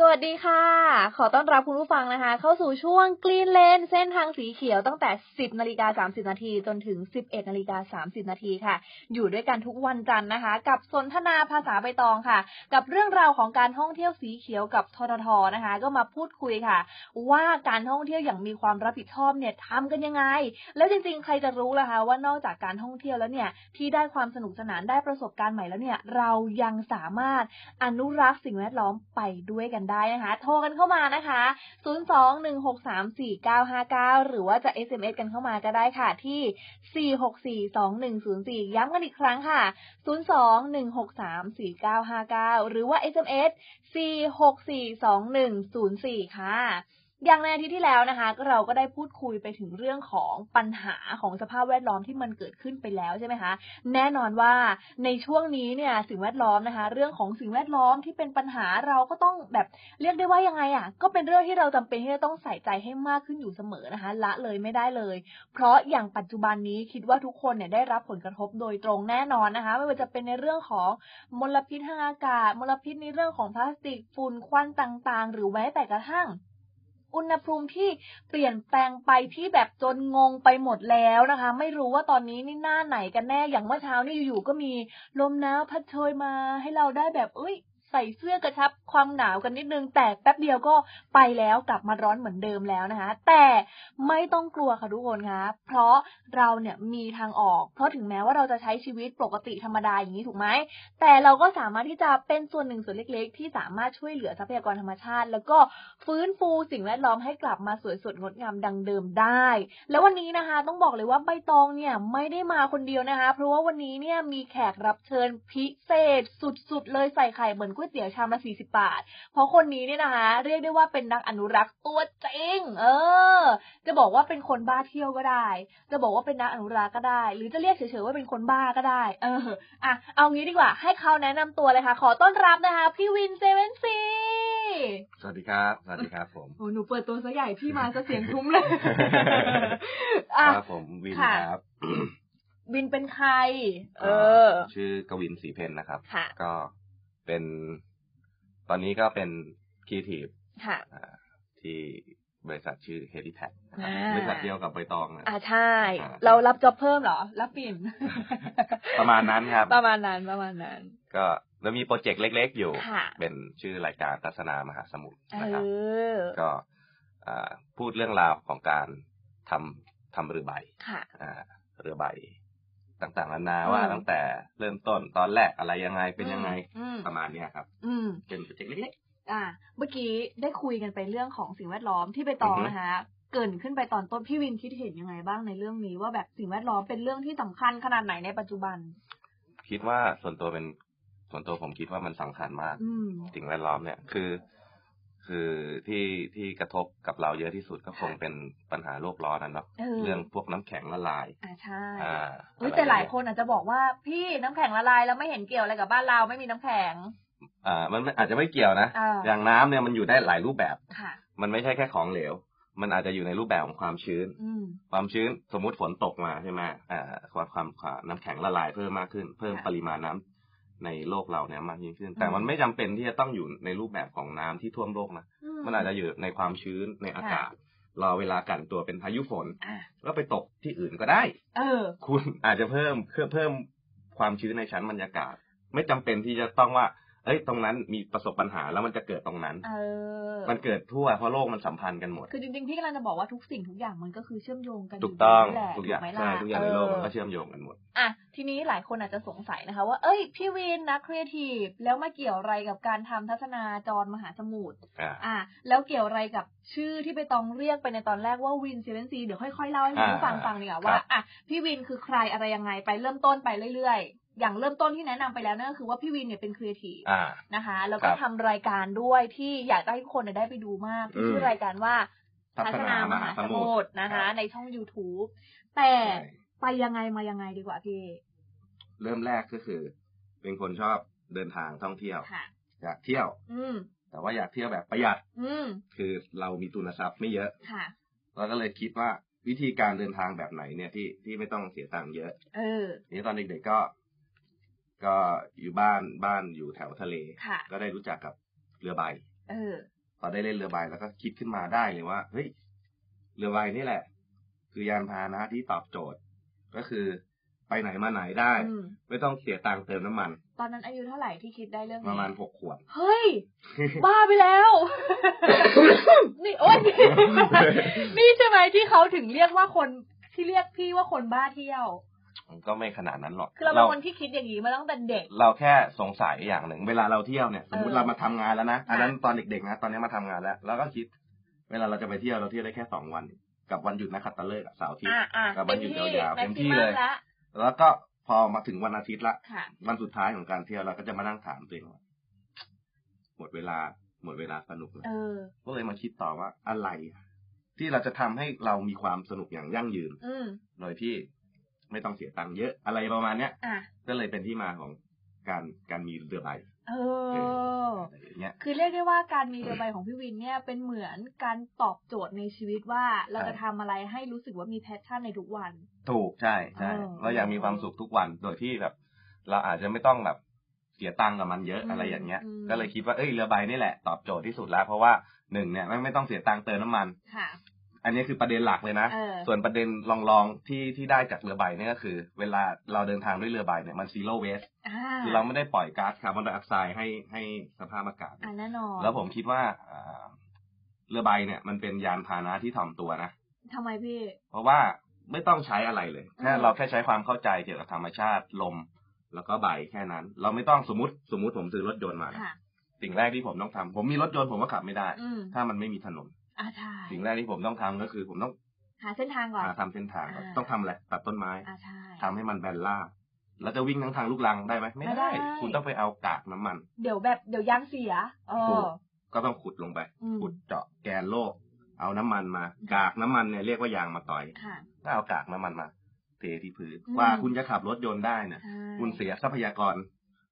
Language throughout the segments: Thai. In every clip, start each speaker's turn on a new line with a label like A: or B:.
A: สวัสดีค่ะ ขอต้อนรับคุณผู้ฟังนะคะ เข้าสู่ช่วงก e ีนเลนเส้นทางสีเขียวตั้งแต่ 10นาฬิกา30นาทีจนถึง 11นาฬิกา30นาทีค่ะ อยู่ด้วยกันทุกวันจันทร์นะคะ กับสนทนาภาษาใบตองค่ะ กับเรื่องราวของการท่องเที่ยวสีเขียวกับทททนะคะ ก็มาพูดคุยค่ะ ว่าการท่องเที่ยวอย่างมีความรับผิดชอบเนี่ยทำกันยังไง แล้วจริงๆ ใครจะรู้ล่ะคะว่านอกจากการท่องเที่ยวแล้วเนี่ยที่ได้ความสนุกสนานได้ประสบการณ์ใหม่แล้วเนี่ยเรายังสามารถ อนุรักษ์สิ่งแวดล้อมไปด้วยกันได้นะคะ โทรกันเข้ามานะคะ 021634959 หรือว่าจะ SMS กันเข้ามาก็ได้ค่ะ ที่ 4642104 ย้ำกันอีกครั้งค่ะ 021634959 หรือว่า SMS 4642104 ค่ะ อย่างในอาทิตย์ที่แล้วนะคะ ก็เราก็ได้พูดคุยไปถึงเรื่องของปัญหาของสภาพแวดล้อมที่มันเกิดขึ้นไปแล้วใช่ไหมคะ แน่นอนว่าในช่วงนี้เนี่ยสิ่งแวดล้อมนะคะ เรื่องของสิ่งแวดล้อมที่เป็นปัญหาเราก็ต้องแบบเรียกได้ว่ายังไงอะ่ะ ก็เป็นเรื่องที่เราจำเป็นที่จะต้องใส่ใจให้มากขึ้นอยู่เสมอนะคะ ละเลยไม่ได้เลย เพราะอย่างปัจจุบันนี้คิดว่าทุกคนเนี่ยได้รับผลกระทบโดยตรงแน่นอนนะคะ ไม่ว่าจะเป็นในเรื่องของมลพิษทางอากาศ มลพิษในเรื่องของพลาสติกฝุ่นควันต่างๆ หรือแม้แต่กระทั่ง อุณหภูมิที่เปลี่ยนแปลงไปที่แบบจนงงไปหมดแล้วนะคะ ไม่รู้ว่าตอนนี้นี่หน้าไหนกันแน่อย่างเมื่อเช้านี่อยู่ๆก็มีลมหนาวพัดโชยมาให้เราได้แบบเอ้ย ใส่เสื้อกระชับความหนาวกันนิดนึง แต่แป๊บเดียวก็ไปแล้วกลับมาร้อนเหมือนเดิมแล้วนะคะ แต่ไม่ต้องกลัวค่ะทุกคนคะเพราะเราเนี่ยมีทางออก เพราะถึงแม้ว่าเราจะใช้ชีวิตปกติธรรมดาอย่างนี้ถูกไหม แต่เราก็สามารถที่จะเป็นส่วนหนึ่งส่วนเล็ก ๆ ที่สามารถช่วยเหลือทรัพยากรธรรมชาติ แล้วก็ฟื้นฟูสิ่งแวดล้อมให้กลับมาสวยสดงดงามดังเดิมได้ แล้ววันนี้นะคะ ต้องบอกเลยว่าใบตองเนี่ยไม่ได้มาคนเดียวนะคะ เพราะว่าวันนี้เนี่ยมีแขกรับเชิญพิเศษสุดๆ เลยใส่ไข่เหมือนก๋วยเตี๋ยวชามละ40 บาท เพราะคนนี้เนี่ยนะคะ เรียกได้ว่าเป็นนักอนุรักษ์ตัวจริง เออ จะบอกว่าเป็นคนบ้าเที่ยวก็ได้ จะบอกว่าเป็นนักอนุรักษ์ก็ได้ หรือจะเรียกเฉยๆว่าเป็นคนบ้าก็ได้ เออ อ่ะ เอางี้ดีกว่า ให้เขาแนะนำตัวเลยค่ะ ขอต้อนรับนะคะ พี่วินเซเว่นซี
B: สวัสดีครับ สวัสดีครับผม
A: โอ้หนูเปิดตัวซะใหญ่พี่มาซะเสียงทุ้มเลย อ่ะ
B: ครับผมวิน
A: ค่ะ
B: ครับ
A: วินเป็นใคร เออ
B: ชื่อกวินศรีเพนนะครับ
A: ค่ะ
B: ก็เป็น ตอนนี้ก็เป็นครีเอทีฟ
A: ค่ะ
B: ที่บริษัทชื่อ h e l i p a d
A: อ่า
B: บริษัทเดียวกับใบตองนะ
A: อ่าใช่
B: อ่า
A: เรารับจ็อบเพิ่มเหรอ รับปิ่น
B: ประมาณนั้นครับ
A: ประมาณนั้นประมาณนั้น
B: ก็แล้วมีโปรเจกต์เล็กๆอยู่
A: ค่ะ
B: เป็นชื่อรายการทัศนามหาสมุทร
A: เอ
B: นะครับ
A: อ
B: ก็อ่าพูดเรื่องราวของการทำทำเรือใบ
A: ค่ะ
B: อ่าเรือใบต่างๆนานา
A: อืม
B: ว่าตั้งแต่เริ่มต้นตอนแรกอะไรยังไงเป็นยังไง
A: อืม
B: ประมาณเนี้ยครับ
A: อืม
B: เป็นโปรเจกต์เล็ก
A: อ่า เมื่อกี้ได้คุยกันไปเรื่องของสิ่งแวดล้อมที่ไปตอง
B: อือฮึ
A: นะคะ เกรินขึ้นไปตอนต้นพี่วินคิดเห็นยังไงบ้างในเรื่องนี้ ว่าแบบสิ่งแวดล้อมเป็นเรื่องที่สำคัญขนาดไหนในปัจจุบัน
B: ๆ คิดว่าส่วนตัวเป็นส่วนตัวผมคิดว่ามันสำคัญมาก
A: อืม
B: สิ่งแวดล้อมเนี่ยคือ คือที่ที่กระทบกับเราเยอะที่สุดก็คงเป็นปัญหาโลกร้อนนั่นเนาะ
A: เออ
B: เรื่องพวกน้ำแข็งละลาย
A: อ่าใช่
B: อ่า
A: เอ้ยแต่หลายคนอาจจะบอกว่าพี่น้ำแข็งละลายแล้วไม่เห็นเกี่ยวอะไรกับบ้านเราไม่มีน้ำแข็ง
B: อ่ามันมันอาจจะไม่เกี่ยวนะ
A: เอออ
B: อย่างน้ำเนี่ยมันอยู่ได้หลายรูปแบบ
A: ค่ะ
B: มันไม่ใช่แค่ของเหลว มันอาจจะอยู่ในรูปแบบของความชื้น
A: อืม
B: ความชื้นสมมุติฝนตกมาใช่ไหมอ่าความความความน้ำแข็งละลายเพิ่มมากขึ้น เพิ่ม
A: ค่ะ
B: ปริมาณน้ำในโลกเราเนี่ยมากยิ่งขึ้น แต่
A: อืม
B: มันไม่จำเป็นที่จะต้องอยู่ในรูปแบบของน้ำที่ท่วมโลกนะ มันอาจจะอยู่ในความชื้นในอากาศ รอเวลากันตัวเป็นพายุฝน
A: อ่ะ
B: แล้วไปตกที่อื่นก็ได้
A: เออ
B: คุณอาจจะเพิ่มเพื่อเพิ่มความชื้นในชั้นบรรยากาศ ไม่จำเป็นที่จะต้องว่า เอ้ยตรงนั้นมีประสบปัญหาแล้วมันจะเกิดตรงนั้น
A: เออ
B: มันเกิดทั่วเพราะโลกมันสัมพันธ์กันหมด
A: คือจริงๆพี่กำลังจะบอกว่าทุกสิ่งทุกอย่างมันก็คือเชื่อมโยงกัน
B: ถูกต้อง
A: ยู่แหละ
B: ทุกอย่าง
A: ไหมล่ะ
B: ใช่ทุกอย่างในโลกมัน
A: เอ
B: ก็
A: อ
B: เชื่อมโยงกันหมด
A: อ่ะทีนี้หลายคนอาจจะสงสัยนะคะ ว่า เอ้ย พี่วินนะครีเอทีฟแล้วมาเกี่ยวอะไรกับการทำทัศนาจรมหาสมุทร
B: อ่า
A: อ่ะแล้วเกี่ยวอะไรกับชื่อที่ไปตองเรียกไปในตอนแรกว่าวินเซเว่นซีเดี๋ยวค่อยๆเล่าให้คุณผู้ฟัง
B: อ่า
A: ฟังดีกว่า
B: ครั
A: ว่า
B: บ
A: อ่ะพี่วินคือใครอะไรยังไงไปเริ่มต้นไปเรื่อยๆ อย่างเริ่มต้นที่แนะนำไปแล้วนั่นก็คือว่าพี่วินเนี่ยเป็นครีเอทีฟ
B: อ่า
A: นะคะ แล้วก็
B: ครับ
A: ทำรายการด้วยที่อยากจะให้ทุกคนเนี่ยได้ไปดูมากที่ชื่อรายการว่า
B: พัฒนามหาสมุท
A: ท
B: ร
A: รนะคะ ในช่อง YouTube แต่
B: ใช่
A: ไปยังไงมายังไงดีกว่าพี่
B: เริ่มแรกก็คือ เป็นคนชอบเดินทางท่องเที่ยว
A: ค่ะ
B: อยากเที่ยว
A: อืม
B: แต่ว่าอยากเที่ยวแบบประหยัด
A: อืม
B: คือเรามีทุนทรัพย์ไม่เยอะ
A: ค่ะ
B: เราก็เลยคิดว่าวิธีการเดินทางแบบไหนเนี่ยที่ที่ไม่ต้องเสียตังค์เยอะ
A: เออ
B: นี่ตอนเด็กๆก็ ก็อยู่บ้านบ้านอยู่แถวทะเล
A: ค่ะ
B: ก็ได้รู้จักกับเรือใบ
A: เออ
B: พอได้เล่นเรือใบแล้วก็คิดขึ้นมาได้เลยว่าเฮ้ยเรือใบนี่แหละ คือยานพาหนะที่ตอบโจทย์ ก็คือไปไหนมาไหนได้
A: อืม
B: ไม่ต้องเสียตังค์เติมน้ำมัน
A: ตอนนั้นอายุเท่าไหร่ที่คิดได้เรื่องนี้
B: ประมาณหกขวด
A: เฮ้ย บ้าไปแล้ว นี่โอ๊ย นี่ใช่ไหมที่เขาถึงเรียกว่าคนที่เรียกพี่ว่าคนบ้าเที่ยว
B: มันก็ไม่ขนาดนั้นหรอก
A: คือเราเป็นคนที่คิดอย่างนี้มาตั้งแต่เด็ก
B: เราแค่สงสัยอย่างหนึ่ง เวลาเราเที่ยวเนี่ย สมมติ
A: เออ
B: เรามาทำงานแล้วนะ อันนั้น
A: ค่ะ
B: ตอนเด็กๆนะ ตอนนี้มาทำงานแล้ว เราก็คิด เวลาเราจะไปเที่ยวเราเที่ยวได้แค่สองวัน กับวันหยุดนักขัตฤกษ์อะเสาร์อาทิตย์
A: อ่ะอ่ะ
B: กลับมา
A: เต็ม
B: อยู่
A: ที่
B: ยาวๆ
A: แม็ก
B: เต็ม
A: ซิ
B: ที่
A: มั
B: เล
A: ม
B: ย
A: ละ
B: แล้วก็พอมาถึงวันอาทิตย์ละ
A: ค่ะ
B: วันสุดท้ายของการเที่ยวเราก็จะมานั่งถามตัวเองว่าหมดเวลา หมดเวลาสนุกแล้ว
A: เออ
B: ก็เลยมาคิดต่อว่าอะไรอะที่เราจะทำให้เรามีความสนุกอย่างยั่งยืน
A: อืม
B: โดยที่ไม่ต้องเสียตังค์เยอะอะไรประมาณเนี้ย
A: อ่ะ
B: ก็เลยเป็นที่มาของการการมีเรือใบ
A: เออ
B: อะไรอย่างเงี้ย
A: คือเรียกได้ว่าการมีเรือใบของพี่วินเนี่ยเป็นเหมือนการตอบโจทย์ในชีวิตว่าเราจะทำอะไรให้รู้สึกว่ามีแพชชั่นในทุกวัน
B: ถูกใช่ใช่
A: เออ
B: เราอยากมีความสุขทุกวันโดยที่แบบ เราอาจจะไม่ต้องแบบเสียตังค์กับมันเยอะ
A: อืม
B: อะไรอย่างเงี้ย
A: อืม
B: ก็เลยคิดว่าเอ้ยเรือใบนี่แหละตอบโจทย์ที่สุดแล้ว เพราะว่าหนึ่งเนี่ยไม่ไม่ต้องเสียตังค์เติมน้ำมัน
A: ค่ะ
B: อันนี้คือประเด็นหลักเลยนะ
A: เออ
B: ส่วนประเด็นรองๆที่ที่ได้จากเรือใบเนี่ยก็คือ เวลาเราเดินทางด้วยเรือใบเนี่ยมันซีโร่เวส
A: อ่า
B: คือเราไม่ได้ปล่อยก๊าซคาร์บอนไดออกไซด์ให้ให้สภาพอากาศ
A: อ่าแน่นอน
B: แล้วผมคิดว่าอ่าเรือใบเนี่ย มันเป็นยานพาหนะที่ถ่อมตัวนะ
A: ทำไมพี่
B: เพราะว่าไม่ต้องใช้อะไรเลยแค่
A: อืม
B: เราแค่ใช้ความเข้าใจเกี่ยวกับธรรมชาติลม แล้วก็ใบแค่นั้น เราไม่ต้องสมมติสมมติผมซื้อรถยนต์มานะ
A: ค่ะ
B: สิ่งแรกที่ผมต้องทำผมมีรถยนต์ผมก็ขับไม่ได้
A: อืม
B: ถ้ามันไม่มีถนน
A: อ่าใช่
B: สิ่งแรกที่ผมต้องทำก็คือ ผมต้อง
A: หาเส้นทางก่อน
B: หาทำเส้นทางก่อน
A: อ่า
B: ต้องทำอะไรตัดต้นไม้
A: อ่าใช่
B: ทำให้มันแบนราบแล้วจะวิ่งทั้งทางลูกรังได้ไหมไม่
A: ไม่ได้
B: ได้ คุณต้องไปเอากากน้ำมัน
A: เดี๋ยวแบบเดี๋ยวยางเสีย เอ
B: ถู
A: อก
B: ก็ต้องขุดลงไป
A: อืม
B: ขุดเจาะแกนโลก เอาน้ำมันมา กากน้ำมันเนี่ยเรียกว่ายางมาต่อย
A: ค่ะ
B: ก็เอากากน้ำมันมา เทที่พื้น
A: อืม
B: ว่าคุณจะขับรถยนต์ได้เนี่ย
A: ใช่
B: คุณเสียทรัพยากร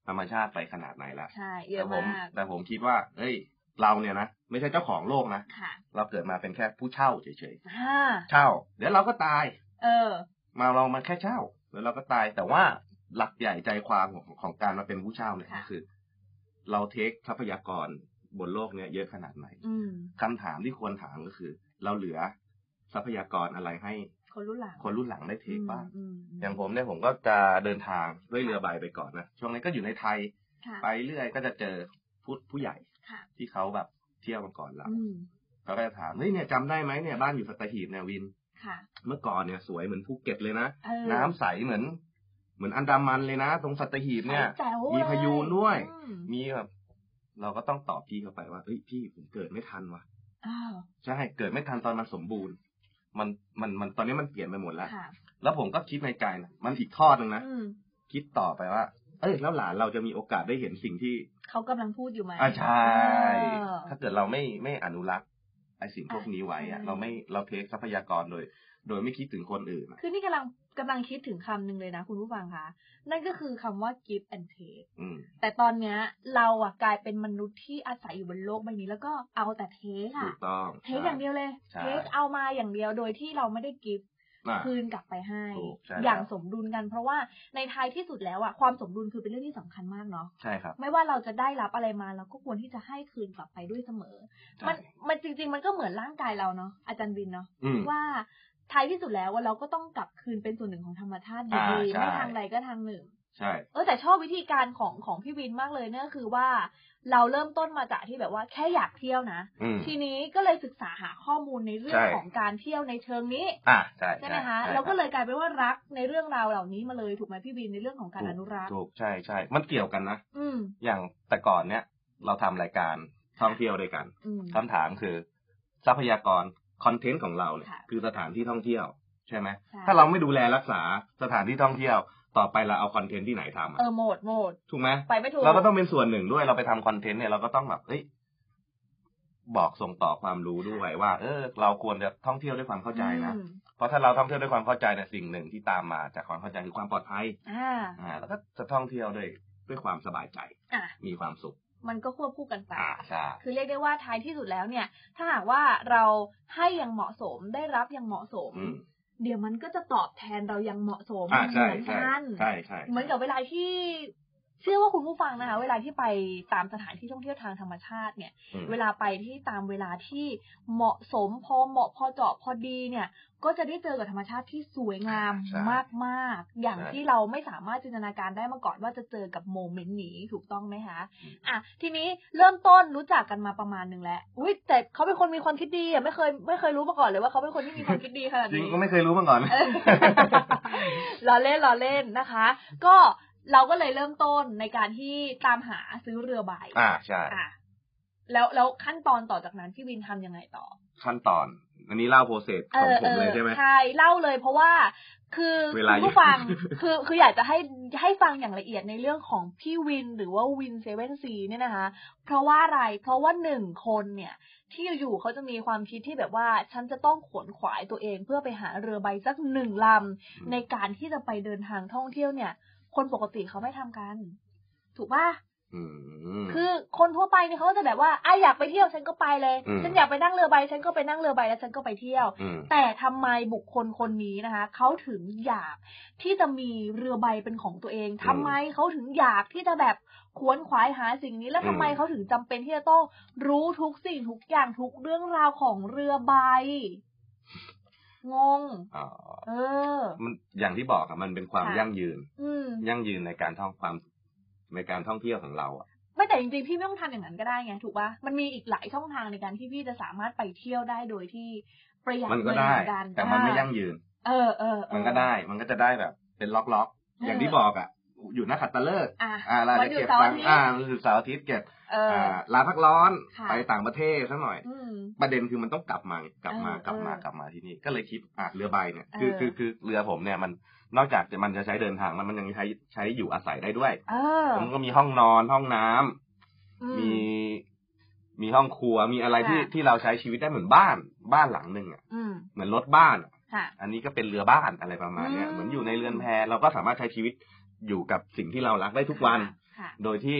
B: ธรรมชาติไปขนาดไหนละ
A: ใช่ เย
B: แต่
A: อะ
B: ผม
A: มาก
B: แต่ผมคิดว่า เอ้ย เราเนี่ยนะไม่ใช่เจ้าของโลกนะ
A: ค่ะ
B: เราเกิดมาเป็นแค่ผู้เช่าเฉย
A: ห้า
B: ๆเช่า เดี๋ยวเราก็ตาย
A: เออ
B: มาเรามาแค่เช่าแล้วเราก็ตายแต่ว่าหลักใหญ่ใจความของของการมาเป็นผู้เช่าเนี่ย
A: ค่ะ
B: ก็คือ เราเทคทรัพยากรบนโลกเนี่ยเยอะขนาดไหน
A: อืม
B: คำถามที่ควรถามก็คือ เราเหลือทรัพยากรอะไรให้
A: คนรุ่นหลัง
B: คนรุ่นหลังได้เทคบ้าง
A: อืมม
B: อย่างผมเนี่ยผมก็จะเดินทางด้วยเรือใบไปก่อนนะช่วงนั้นก็อยู่ในไทย
A: ค่ะ
B: ไปเรื่อยก็จะเจอผู้ผู้ใหญ่
A: ค่ะ
B: ที่เขาแบบเที่ยวมาก่อนเรา
A: อืม
B: เขาก็จะถามเฮ้ยเนี่ยจำได้ไหมเนี่ยบ้านอยู่สัตหีบเนี่ยวิน
A: ค่ะ
B: เมื่อก่อนเนี่ยสวยเหมือนภูเก็ตเลยนะ
A: เออ
B: น้ำใสเหมือน เหมือนอันดามันเลยนะ ตรงสัตหีบเนี่ย
A: แจ๋ว
B: มีพยูนด้วย
A: อืม
B: มีแบบเราก็ต้องตอบพี่เข้าไปว่าเฮ้ยพี่ผมเกิดไม่ทันว่ะ
A: อ้าว
B: ใช่เกิดไม่ทันตอนมันสมบูรณ์ มันมันมันตอนนี้มันเปลี่ยนไปหมดแล้ว
A: ค่ะ
B: แล้วผมก็คิดในใจนะมันอีกทอดหนึ่งนะ
A: อืม
B: คิดต่อไปว่า เอ้ย แล้วหลานเราจะมีโอกาสได้เห็นสิ่งที่
A: เขากำลังพูดอยู่ไหม
B: อาใช่
A: เออ
B: ถ้าเกิดเราไม่ไม่อนุรักษ์ไอ้สิ่งพวกนี้ไว้อะ
A: อ่า
B: เราไม่เราเทคทรัพยากรโดย โดยไม่คิดถึงคนอื่นอะ
A: คือนี่กำลังกำลังคิดถึงคำหนึ่งเลยนะคุณผู้ฟังคะนั่นก็คือคำว่า give and take
B: อืม
A: แต่ตอนเนี้ยเราอะกลายเป็นมนุษย์ที่อาศัยอยู่บนโลกใบนี้ แล้วก็เอาแต่เทค
B: ถู
A: อะ
B: กต้อง
A: เทคอย่างเดี
B: ใช่
A: ยวเลย
B: ใช่
A: เทคเอามาอย่างเดียวโดยที่เราไม่ได้กิฟ
B: อ่ะ
A: คืนกลับไปให้
B: ถูกใช่แล้ว
A: อย่างสมดุลกัน เพราะว่าในท้ายที่สุดแล้วอะความสมดุลคือเป็นเรื่องที่สำคัญมากเนาะ
B: ใช่ครับ
A: ไม่ว่าเราจะได้รับอะไรมาเราก็ควรที่จะให้คืนกลับไปด้วยเสมอ
B: ใช่
A: มันมันจริง ๆ มันก็เหมือนร่างกายเราเนาะอาจารย์บินเนาะ
B: อืม
A: ว่าท้ายที่สุดแล้วว่าเราก็ต้องกลับคืนเป็นส่วนหนึ่งของธรรมชาติอยู่
B: อ่า
A: ดี
B: ใช่
A: ไม่ทางใดก็ทางหนึ่ง
B: ใช่
A: เออแต่ชอบวิธีการของของพี่วินมากเลยเนี่ยก็คือว่า เราเริ่มต้นมาจากที่แบบว่าแค่อยากเที่ยวนะ
B: อืม
A: ทีนี้ก็เลยศึกษาหาข้อมูลในเรื่อง
B: ใช่
A: ของการเที่ยวในเชิงนี้
B: อ่ะใช่
A: ใช่ไหมคะ
B: ใช่
A: เราก็
B: รับ
A: เลยกลายเป็นว่ารักในเรื่องราวเหล่านี้มาเลยถูกไหมพี่วินในเรื่องของการอนุรักษ์
B: ถูกใช่ใช่มันเกี่ยวกันนะ
A: อืม
B: อย่างแต่ก่อนเนี่ย เราทำรายการท่องเที่ยวด้วยกัน
A: อืม
B: คำถามคือ ทรัพยากรคอนเทนต์ของเราเนี่ย
A: ค่ะ
B: คือสถานที่ท่องเที่ยวใช่ไหม
A: ใช่
B: ถ้าเราไม่ดูแลรักษาสถานที่ท่องเที่ยว ต่อไปเราเอาคอนเทนต์ที่ไหนทำ
A: เอ
B: อะ
A: อโหมดโหมด
B: ถูกไหม
A: ไปไม่ถูก
B: เราก็ต้องเป็นส่วนหนึ่งด้วยเราไปทำคอนเทนต์เนี่ยเราก็ต้องแบบเอ้ยบอกส่งต่อความรู้ด้วยว่า เออ เราควรจะท่องเที่ยวด้วยความเข้าใจนะ
A: อืม
B: เพราะถ้าเราท่องเที่ยวด้วยความเข้าใจเนี่ยสิ่งหนึ่งที่ตามมาจากความเข้าใจคือความปลอดภัย
A: อ่า
B: อ่าแล้วก็จะท่องเที่ยวด้วยด้วยความสบายใจ
A: อ่ะ
B: มีความสุข
A: มันก็ควบคู่กันไป
B: อ่าใช่
A: คือเรียกได้ว่าท้ายที่สุดแล้วเนี่ย ถ้าหากว่าเราให้อย่างเหมาะสมได้รับอย่างเหมาะสม
B: อืม
A: เดี๋ยวมันก็จะตอบแทนเราอย่างเหมาะสม
B: อ่าใช่
A: เหมือน
B: ใช่
A: กัน
B: ใช่ใช่
A: เหมือนกับเวลาที่ เชื่อว่าคุณผู้ฟังนะคะ เวลาที่ไปตามสถานที่ท่องเที่ยวทางธรรมชาติเนี่ย
B: อืม
A: เวลาไปที่ตามเวลาที่เหมาะสมพอเหมาะพอเจาะพอดีเนี่ย ก็จะได้เจอกับธรรมชาติที่สวยงาม
B: ใช่
A: มากๆ อย่าง
B: ใช่
A: ที่เราไม่สามารถจินตนาการได้มาก่อนว่าจะเจอกับโมเมนต์นี้ถูกต้องไหมคะ
B: อืม
A: อ่ะทีนี้เริ่มต้นรู้จักกันมาประมาณหนึ่งแล้วอุ้ยแต่เขาเป็นคนมีความคิดดีอ่ะไม่เคยไม่เคยรู้มาก่อนเลยว่าเขาเป็นคนที่มีความคิดดีขนาด
B: จริง
A: นี้
B: ก็ไม่เคยรู้มาก่อน
A: เออ ล้อเล่นล้อเล่นนะคะ ก็เราก็เลยเริ่มต้นในการที่ตามหาซื้อเรือใบ
B: อ่าใช่
A: อ่ะแล้วแล้วขั้นตอนต่อจากนั้นพี่วินทำยังไงต่อ
B: ขั้นตอน อันนี้เล่าโปรเซสของผมเลยใช่ไหม
A: ใช่เล่าเลยเพราะว่าคือ
B: เว
A: คุณ
B: ลาเยอะ
A: ผู้ฟัง คือคืออยากจะให้ให้ฟังอย่างละเอียดในเรื่องของพี่วินหรือว่าวินเซเว่นซีเนี่ยนะคะ เพราะว่าอะไรเพราะว่าหนึ่งคนเนี่ย ที่อยู่ๆเขาจะมีความคิดที่แบบว่า ฉันจะต้องขวนขวายตัวเองเพื่อไปหาเรือใบสักหนึ่งลำ ในการที่จะไปเดินทางท่องเที่ยวเนี่ย คนปกติเขาไม่ทำกัน ถูกป่ะ
B: อืม
A: คือคนทั่วไปเนี่ยเขาก็จะแบบว่าอ่ะอยากไปเที่ยวฉันก็ไปเลย
B: อืม
A: ฉันอยากไปนั่งเรือใบ ฉันก็ไปนั่งเรือใบแล้วฉันก็ไปเที่ยว
B: ม
A: แต่ทำไมบุคคลคนนี้นะคะเขาถึงอยากที่จะมีเรือใบเป็นของตัวเองทำไมเขาถึงอยากที่จะแบบขวนขวายหาสิ่งนี้ แล้วทำไม
B: อืม
A: เขาถึงจำเป็นที่จะต้องรู้ทุกสิ่งทุกอย่างทุกเรื่องราวของเรือใบ งง
B: อ๋อ
A: เออ
B: มันอย่างที่บอกอะมันเป็นความ
A: ค่ะ
B: ยั่งยืน
A: อืม
B: ยั่งยืนในการท่องความในการท่องเที่ยวของเราอะ
A: ไม่แต่จริงๆ พี่ไม่ต้องทำอย่างนั้นก็ได้ไงถูกปะมันมีอีกหลายช่องทางในการที่พี่จะสามารถไปเที่ยวได้โดยที่ประหยัด
B: มันก็
A: เงิน
B: ได้
A: เหมือนกัน
B: แต่มันไม่
A: อ่า
B: ยั่งยืน
A: เออเออเออ
B: มันก็ได้ มันก็จะได้แบบ เป็นล็อกล็อกๆอย่างที่บอกอะอยู่นักขัตฤกษ์
A: อ่ะ
B: อ่าเรา
A: วัน
B: จะ
A: หยุด
B: เก็บ
A: เสาร์
B: ตั
A: อาง
B: ค์
A: ทิต
B: อ่า
A: ย์
B: หยุดเสาร์อาทิตย์เก็บ
A: เออ
B: อ่าลาพักร้อน
A: ค่ะ
B: ไปต่างประเทศซะหน่อย
A: อืม
B: ประเด็นคือมันต้องกลับมากลับมา
A: เออก
B: ลับมา
A: เออก
B: ลับมาที่นี่ ก็เลยคิดอ่ะเรือใบเนี่ยคือ
A: เออ
B: คือคือเรือผมเนี่ยมันนอกจากจะมันจะใช้เดินทางมันมันยังใช้ใช้อยู่อาศัยได้ด้วย
A: เออ
B: มันก็มีห้องนอนห้องน้ำ
A: อื
B: มี
A: ม
B: มีห้องครัวมีอะไรที่
A: ค่ะ
B: ที่เราใช้ชีวิตได้เหมือนบ้านบ้านหลังหนึ่งอ่ะ
A: อืม
B: เหมือนรถบ้านอะ
A: ค่ะ
B: อันนี้ก็เป็นเรือบ้านอะไรประมาณเนี้ย
A: อืม
B: เหมือนอยู่ในเรือนแพเราก็สามารถใช้ชีวิตอยู่กับสิ่งที่เรารักได้ทุกวัน
A: ค่ะ
B: โดยที่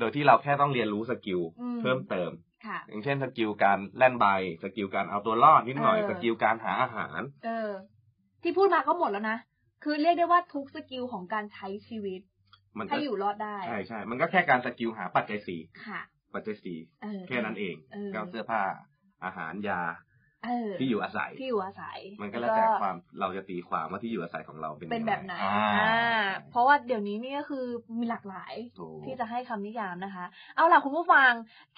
B: โดยที่เราแค่ต้องเรียนรู้สกิล
A: อืม
B: เพิ่มเติม
A: ค่ะ
B: อย่างเช่นสกิลการแล่นใบสกิลการเอาตัวรอดนิดหน่อย
A: เออ
B: สกิลการหาอาหาร
A: เออ ที่พูดมาก็หมดแล้วนะ คือเรียกได้ว่าทุกสกิลของการใช้ชีวิต
B: มันก็
A: ให้อยู่รอดได้
B: ใช่ใช่ มันก็แค่การสกิลหาปัจจัยสี่
A: ค่ะ
B: ปัจจัยสี่
A: เออ
B: แค่นั้นเอง
A: เออ
B: ก็เสื้อผ้าอาหารยา
A: เออ
B: ที่อยู่อาศัย
A: ที่อยู่อาศัย
B: มันก็แล้วแต่ความเราจะตีความว่าที่อยู่อาศัยของเราเป็น
A: เป็นแบบไหน
B: ยังง
A: อ่า
B: อ่า
A: เพราะว่าเดี๋ยวนี้นี่ก็คือมีหลากหลาย
B: ถูก
A: ที่จะให้คำนิยามนะคะ เอาล่ะคุณผู้ฟัง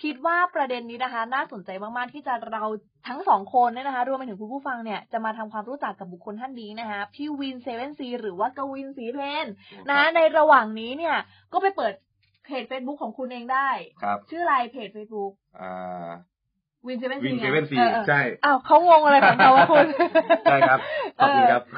A: คิดว่าประเด็นนี้นะคะ น่าสนใจมากๆที่จะเราทั้งสองคนเนี่ยนะคะรวมไปถึงคุณผู้ฟังเนี่ยจะมาทำความรู้จักกับบุคคลท่านนี้นะคะพี่วินเซเว่นซีหรือว่ากวินสีเพลนนะในระหว่างนี้เนี่ยก็ไปเปิดเพจ Facebook ของคุณเองได้
B: ครับ
A: ชื่ออะไรเพจ Facebook
B: อ่า
A: วินเซเว่นซี
B: วินเซเว่นซีใช่
A: อ้าวเขางงอะไรของเขาวะคุณ
B: ใช่ครับ ขอบคุณครับ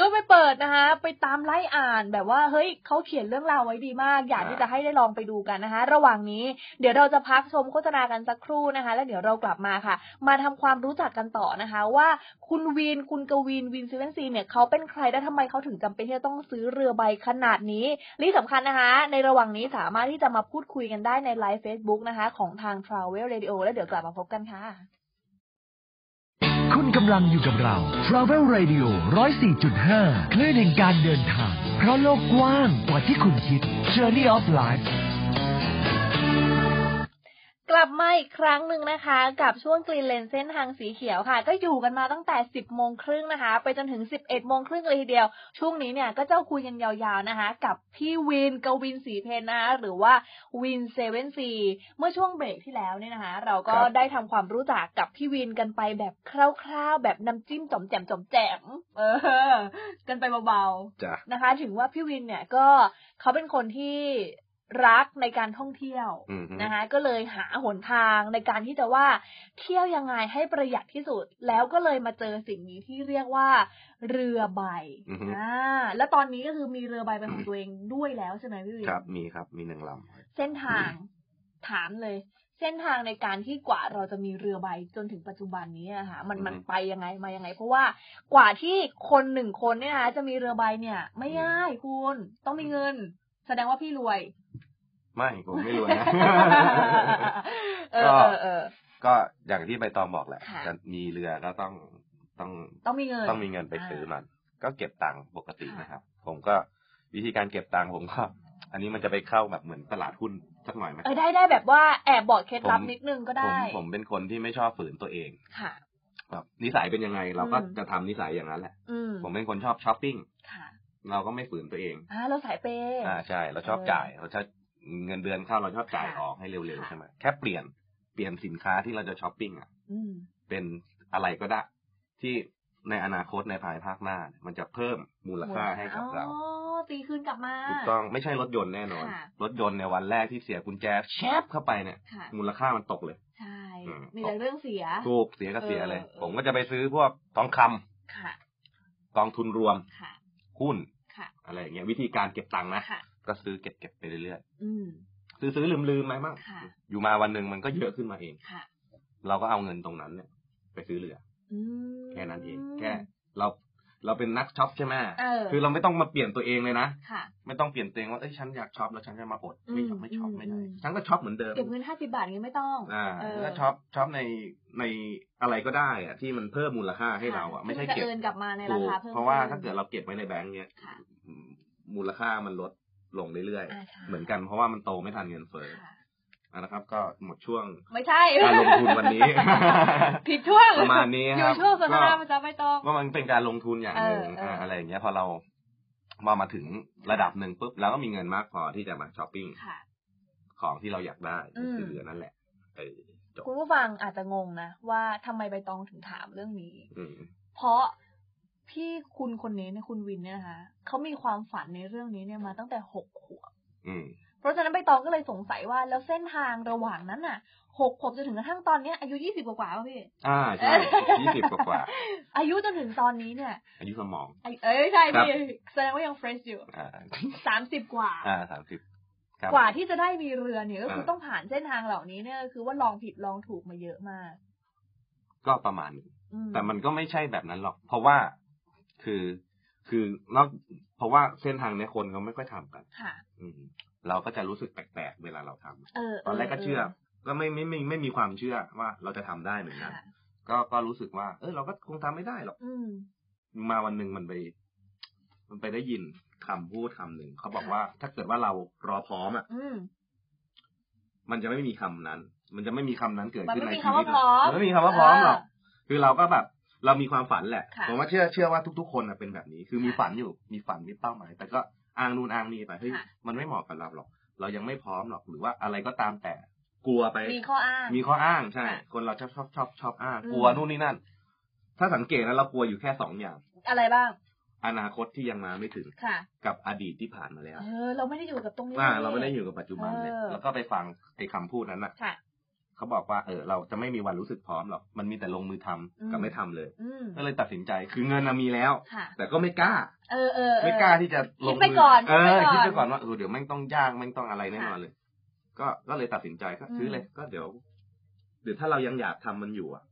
A: ก็ไปเปิดนะคะ ไปตามไล่อ่านแบบว่าเฮ้ยเขาเขียนเรื่องราวไว้ดีมาก อยากที่จะให้ได้ลองไปดูกันนะคะ ระหว่างนี้เดี๋ยวเราจะพักชมโฆษณากันสักครู่นะคะ แล้วเดี๋ยวเรากลับมาค่ะ มาทำความรู้จักกันต่อนะคะ ว่าคุณวีนคุณกวีนวินซิเวนซีเนี่ยเขาเป็นใครและทำไมเขาถึงจำเป็นที่จะต้องซื้อเรือใบขนาดนี้และที่สำคัญนะคะ ในระหว่างนี้สามารถที่จะมาพูดคุยกันได้ในไลฟ์ Facebook นะคะ ของทาง Travel Radio แล้วเดี๋ยวกลับมาพบกันค่ะ
C: คุณกำลังอยู่กับเรา Travel Radio 104.5 คลื่นแห่งการเดินทาง เพราะโลกกว้างกว่าที่คุณคิด Journey of Life
A: กลับมาอีกครั้งหนึ่งนะคะ กับช่วงกรีนเลนเส้นทางสีเขียวค่ะ ก็อยู่กันมาตั้งแต่ 10โมงครึ่งนะคะ ไปจนถึง 11โมงครึ่งเลยทีเดียว ช่วงนี้เนี่ยก็เจ้าคุยกันยาวๆนะคะ กับพี่วินกวินสีเพนนะคะหรือว่าวินเซเว่นซีเมื่อช่วงเบรกที่แล้วเนี่ยนะคะ เราก็
B: ครับ
A: ได้ทำความรู้จักกับพี่วินกันไปแบบคร่าวๆ แบบน้ำจิ้มจอมแจมจอมแจมเออ กันไปเบาๆ
B: จ้ะ
A: นะคะถึงว่าพี่วินเนี่ยก็เขาเป็นคนที่รักในการท่องเที่ยว
B: อือฮึ
A: นะคะก็เลยหาหนทางในการที่จะว่าเที่ยวยังไงให้ประหยัดที่สุด แล้วก็เลยมาเจอสิ่งนี้ที่เรียกว่าเรือใบ
B: อือฮึ
A: อ่าแล้วตอนนี้ก็คือมีเรือใบเป็นของตัวเองด้วยแล้วใช่ไหมพี่วิน
B: ครับมีครับมีหนึ่งลำ
A: เส้นทางถามเลย เส้นทางในการที่กว่าเราจะมีเรือใบจนถึงปัจจุบันนี้นะคะมัน
B: อือฮึ
A: มันไปยังไงมายังไง เพราะว่ากว่าที่คนหนึ่งคนเนี่ยนะคะจะมีเรือใบเนี่ย ไม่ง่ายคุณต้องมีเงิน แสดงว่าพี่รวย
B: ไม่ผมไม่รวยนะ
A: เออเออเออ
B: ก็อย่างที่ใบตองบอกแหละ
A: ค่ะ
B: จะมีเรือก็ต้องต้อง
A: ต้องมีเงิน
B: ต้องมีเงินไปซื้อมัน ก็เก็บตังค์ปกตินะครับ ผมก็ วิธีการเก็บตังค์ผมก็ อันนี้มันจะไปเข้าแบบเหมือนตลาดหุ้นสักหน่อยไหม
A: เออได้ได้แบบว่าแอบบอกเคล็ดลับ
B: ผม
A: นิดนึงก็
B: ผม
A: ได้
B: ผมเป็นคนที่ไม่ชอบฝืนตัวเอง
A: ค่ะ
B: แบบนิสัยเป็นยังไงเราก็
A: อืม
B: จะทำนิสัยอย่างนั้นแหละ
A: อืม
B: ผมเป็นคนชอบช้อปปิ้ง
A: ค่ะ
B: เราก็ไม่ฝืนตัวเอง
A: อ่าเราสายเปย์
B: อ่าใช่เราชอบจ่ายเราชอบเงินเดือนเข้าเราชอบจ่าย
A: ค่ะ
B: ออกให้เร็วๆ
A: ค่ะ
B: ใช่ไหมแค่เปลี่ยนเปลี่ยนสินค้าที่เราจะช้อปปิ้งอ่ะ
A: อืม
B: เป็นอะไรก็ได้ ที่ในอนาคตในภายภาคหน้า มันจะเพิ่มมูลค่าให้กับเรา
A: อ๋อตีคืนกลับมา
B: ถูกต้องไม่ใช่รถยนต์แน่นอน
A: ค่ะ
B: รถยนต์ในวันแรกที่เสียกุญแจแชบเข้าไปเนี่ย
A: ค่ะ
B: มูลค่ามันตกเลย
A: ใช่
B: อืม
A: มีแต่เรื่องเสีย
B: ถูกเสียก็เสียเลย
A: เออ
B: ผมก็จะไปซื้อพวกทองคำ
A: ค่ะ
B: กองทุนรวม
A: ค่ะ
B: หุ้น
A: ค่ะ
B: อะไรอย่างเงี้ยวิธีการเก็บตังค์นะ
A: ค่ะ
B: ก็ซื้อเก็บเก็บๆไปเรื่อย
A: อืม
B: ๆซื้อซื้อลืมลืมๆไหมมั่ง
A: ค่ะ
B: อยู่มาวันหนึ่งมันก็เยอะขึ้นมาเอง
A: ค่ะ
B: เราก็เอาเงินตรงนั้นเนี่ย ไปซื้อเรือ
A: อืม
B: แค่นั้นเอง แค่เราเราเป็นนักช็อปใช่ไหม
A: เออ
B: คือเราไม่ต้องมาเปลี่ยนตัวเองเลยนะ
A: ค่ะ
B: ไม่ต้องเปลี่ยนตัวเองว่าเอ้ยฉันอยากช็อปแล้วฉันจะมาอดไม่อยากไม่ช็อปไม่ได้
A: อืม
B: ฉันก็ช็อปเหมือนเดิม
A: เก็บเงินห้าสิบาทเงี้ไม่ต้อง
B: อ่า
A: เออ
B: แล้วก็ช็อปช็อปในในอะไรก็ได้อะที่มันเพิ่มมูลค่าให้เราอ่ะ
A: ค่
B: ไม่ใช่
A: ซึ่งนจะ
B: เก็บ
A: เอินกลับมาในรา
B: ถูก
A: คาเพิ่ม
B: เพราะว่า
A: ขึ้น
B: ถ้าเกิดเราเก็บไว้ในแบงก์เนี้ย
A: ค่ะ
B: มูลค่ามันลดลงเรื่อย
A: อ่าใช่
B: ๆเหมือนกันเพราะว่ามันโตไม่ทันเงินเฟ้อ
A: ค่ะ
B: อ่ะนะครับ ก็หมดช่วง
A: ไม่ใช่
B: การลงทุนวันนี้
A: ผิดช่วง
B: ประมาณนี้
A: อ
B: ค
A: ยู่
B: รับ
A: ช่วงสนทนา
B: ก็
A: ประจำไม่ต้อง
B: ว่ามันเป็นการลงทุนอย่างหนึ่ง
A: เออเอออ่
B: าอะไรอย่างเงี้ยพอเรามามาถึงระดับหนึ่งปุ๊บเราก็มีเงินมากพอที่จะมาช้อปปิ้ง
A: ค่ะ
B: ของที่เราอยากได้
A: อืม
B: คือเรือนั่นแหละเออจบ
A: คุณผู้ฟังอาจจะงงนะว่าทำไมใบตองถึงถามเรื่องนี้
B: อืม
A: เพราะพี่คุณคนนี้เนี่ยคุณวินเนี่ยนะคะเขามีความฝันในเรื่องนี้เนี่ยมาตั้งแต่หกขวบ
B: อืม
A: เพราะฉะนั้นใบตองก็เลยสงสัยว่าแล้วเส้นทางระหว่างนั้นน่ะหกขวบจนถึงกระทั่งตอนเนี้ยอายุยี่สิบกว่าๆป่ะพี่
B: อ่าใช่ยี่สิบกว่า
A: อายุจนถึงตอนนี้เนี่ย
B: ๆอายุสมอง
A: อายุเอ้ยใช่
B: ครับ
A: พี่แสดงว่ายังเฟรชอยู่
B: อ่า
A: สามสิบกว่า
B: อ่าสามสิบครับ
A: กว่าที่จะได้มีเรือเนี่ยก็คือ
B: เออ
A: ต้องผ่านเส้นทางเหล่านี้เนี่ยคือว่าลองผิดลองถูกมาเยอะมาก
B: ก็ประมาณนี้
A: อื
B: แต่มันก็ไม่ใช่แบบนั้นหรอก เพราะว่าคือคือนอกเพราะว่าเส้นทางเนี้ยคนเขาไม่ค่อยทำกัน
A: ค่ะ
B: อืม เราก็จะรู้สึกแปลกๆเวลาเราทำ
A: เออ
B: ตอนแรกก็เชื่อ ก็ไม่ไม่ไม่ไม่มีความเชื่อว่าเราจะทำได้เหมือนกัน
A: ค่ะ
B: ก็ก็รู้สึกว่า เออเราก็คงทำไม่ได้หรอก
A: อืม
B: มาวันหนึ่งมันไป มันไปได้ยินคำพูดคำหนึ่งเขาบอก
A: ค่ะ
B: ว่า ถ้าเกิดว่าเรารอพร้อมอ่ะ
A: อืม
B: มันจะไม่มีคำนั้น มันจะไม่มีคำนั้นเกิดขึ้น
A: มัน
B: ใน
A: ไม่มี
B: ชีวิต
A: คำว่าพร้อม
B: มันไม่มีคำว่าพร้อมหรอก
A: เอ
B: คือเราก็แบบ เรามีความฝันแหละ
A: ค่ะ
B: ผมว่าเชื่อเชื่อว่าทุก ๆ คนน่ะเป็นแบบนี้ คือมี
A: ค่ะ
B: ฝันอยู่ มีฝันมีเป้าหมาย แต่ก็อ้างนู่นอ้างนี่ไปเฮ้ย
A: ค่ะ
B: มันไม่เหมาะกับเราหรอก เรายังไม่พร้อมหรอก หรือว่าอะไรก็ตามแต่ กลัวไป
A: มีข้ออ้าง
B: มีข้ออ้างใช่
A: ค่ะ
B: คนเราชอบชอบชอบชอบอ้าง
A: อืม
B: กลัวนู่นนี่นั่น ถ้าสังเกตนะเรากลัวอยู่แค่สองอย่าง
A: อะไรบ้าง
B: อนาคตที่ยังมาไม่ถึง
A: ค่ะ
B: กับอดีตที่ผ่านมาแล้ว
A: เออ เราไม่ได้อยู่กับตรงนี้
B: ว่าเราไม่ได้อยู่กับปัจจุบันเลย
A: เออ
B: แล้วก็ไปฟังไอ้คำพูดนั้นน่ะ
A: ค่ะ
B: เขาบอกว่าเออเราจะไม่มีวันรู้สึกพร้อมหรอกมันมีแต่ลงมือทำ
A: อืม
B: กับไม่ทำเลย
A: อืม
B: ก็เลยตัดสินใจคือเงินน่ะมีแล้ว
A: ค่ะ
B: แต่ก็ไม่กล้า
A: เออเออเออ
B: ไม่กล้าที่จะลง
A: คิดไปก่อน
B: เออ
A: คิ
B: คิด
A: ดไปก่อน
B: ไปก่อนว่าเออเดี๋ยวแม่งต้องยากแม่งต้องอะไรแน่นอนเลย ก็ก็เลยตัดสินใจก็
A: อืม
B: ซื้อเลยก็เดี๋ยวเดี๋ยวถ้าเรายังอยากทำมันอยู่อ่ะ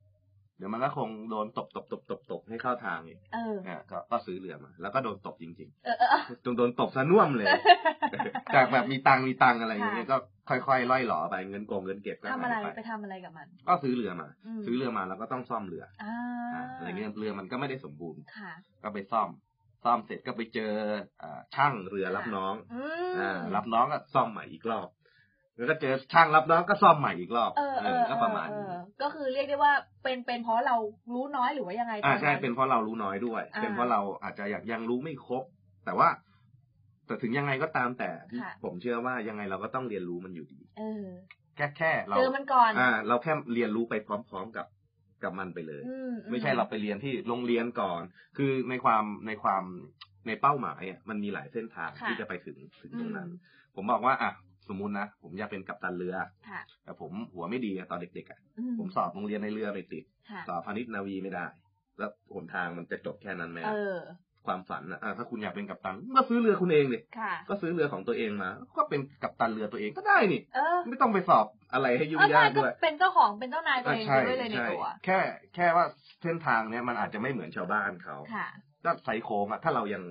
B: เดี๋ยวมันก็คงโดนตบตบตบตบตบให้เข้าทางอีก
A: เออ
B: เนี่ยก็ก็ซื้อเรือมา แล้วก็โดนตบจริง
A: เออเออเออ
B: ๆจนโดนตบซะน่วม เลย จากแบบมีตังค์มีตังค์อะไรอย่างเงี้ย
A: ค่ะ
B: ก็ค่อยๆไล่หล่อไปเงินโกงเงินเก็บก็
A: ทำอะไร
B: หาย
A: ไปทำอะไรกับมัน
B: ก็ซื้อเรือมา
A: ม
B: ซื้อเรือมาแล้วก็ต้องซ่อมเรือ
A: อ่า
B: อ่าอะไรเงี้ยเรือมันก็ไม่ได้สมบูรณ์
A: ค่ะ
B: ก็ไปซ่อม ซ่อมเสร็จก็ไปเจออ่าช่างเรือรับน้อง
A: อืม
B: อ่ารับน้องก็ซ่อมใหม่อีกรอบ แล้วก็เจอช่างรับน้องก็ซ่อมใหม่อีกรอบ
A: เออเออ
B: ก็ประมาณ
A: เอ
B: นี้
A: อเออก็คือเรียกได้ว่าเป็นเป็นเพราะเรารู้น้อยหรือว่ายังไง
B: อ่าใช่
A: ตอ
B: เป็นเพราะเรารู้น้อยด้วย
A: อ่า
B: เป็นเพราะเราอาจจะยังยังรู้ไม่ครบ แต่ว่า แต่ถึงยังไงก็ตามแต่ที่
A: ค่ะ
B: ผมเชื่อว่ายังไงเราก็ต้องเรียนรู้มันอยู่ดี
A: เออ
B: แค่แค่เรา
A: เจอมันก่อน
B: อ่า เราแค่เรียนรู้ไปพร้อม ๆกับกับมันไปเลย
A: อือื
B: ไม่ใช่เราไปเรียนที่โรงเรียนก่อน คือในความในความในเป้าหมายอ่ะมันมีหลายเส้นทางที่จะไปถึงถึงตรงนั้น
A: อืม
B: ผมบอกว่าอ่ะสมมุตินะผมอยากเป็นกัปตันเรือ
A: ค่ะ
B: แต่ผมหัวไม่ดีอะตอนเด็กๆอะ
A: อืม
B: ผมสอบโรงเรียนในเรือไปติด
A: ค่ะ
B: สอบพาณิชย์นาวีไม่ได้ แล้วหนทางมันจะจบแค่นั้นไหม
A: เอ
B: อะ
A: อ
B: ความฝันนะอ่ะถ้าคุณอยากเป็นกัปตันก็ซื้อเรือคุณเองดิ
A: ค่ะ
B: ก็ซื้อเรือของตัวเองมา ก็เป็นกัปตันเรือตัวเองก็ได้นี่
A: เออ
B: ไม่ต้องไปสอบอะไรให้ยุ่
A: เออย
B: งา
A: ใช่
B: ก
A: ก็
B: ด้วย
A: เป็นเจ้าของเป็นเจ้านายตัว
B: อ่ะ
A: เอง
B: ใช่
A: ด้วยเลยใน
B: ใช่
A: ตัว
B: แค่แค่ว่าเส้นทางเนี้ยมันอาจจะไม่เหมือนชาวบ้านเขา
A: ค่ะ
B: ก็ไซโคมอะถ้าเรายัง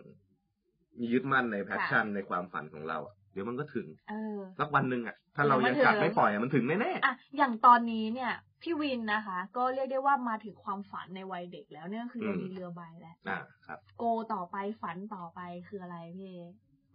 B: ยึดมั่นในแพชชั่นในความฝันของเราอะเดี๋ยวมันก็ถึง
A: เออ
B: สักวันหนึ่งอะถ้าเรา
A: เดี๋ย
B: ยั
A: วมั
B: ง
A: น
B: กัด
A: ถึง
B: ไม่ปล่อยอะมันถึงแน่ๆ
A: อ่ะอย่างตอนนี้เนี่ยพี่วินนะคะ ก็เรียกได้ว่ามาถึงความฝันในวัยเด็กแล้วเนี่ยคืออ
B: ม
A: มีเรือใบแล้ว
B: อ่าครับ
A: โกต่อไปฝันต่อไปคืออะไรพี่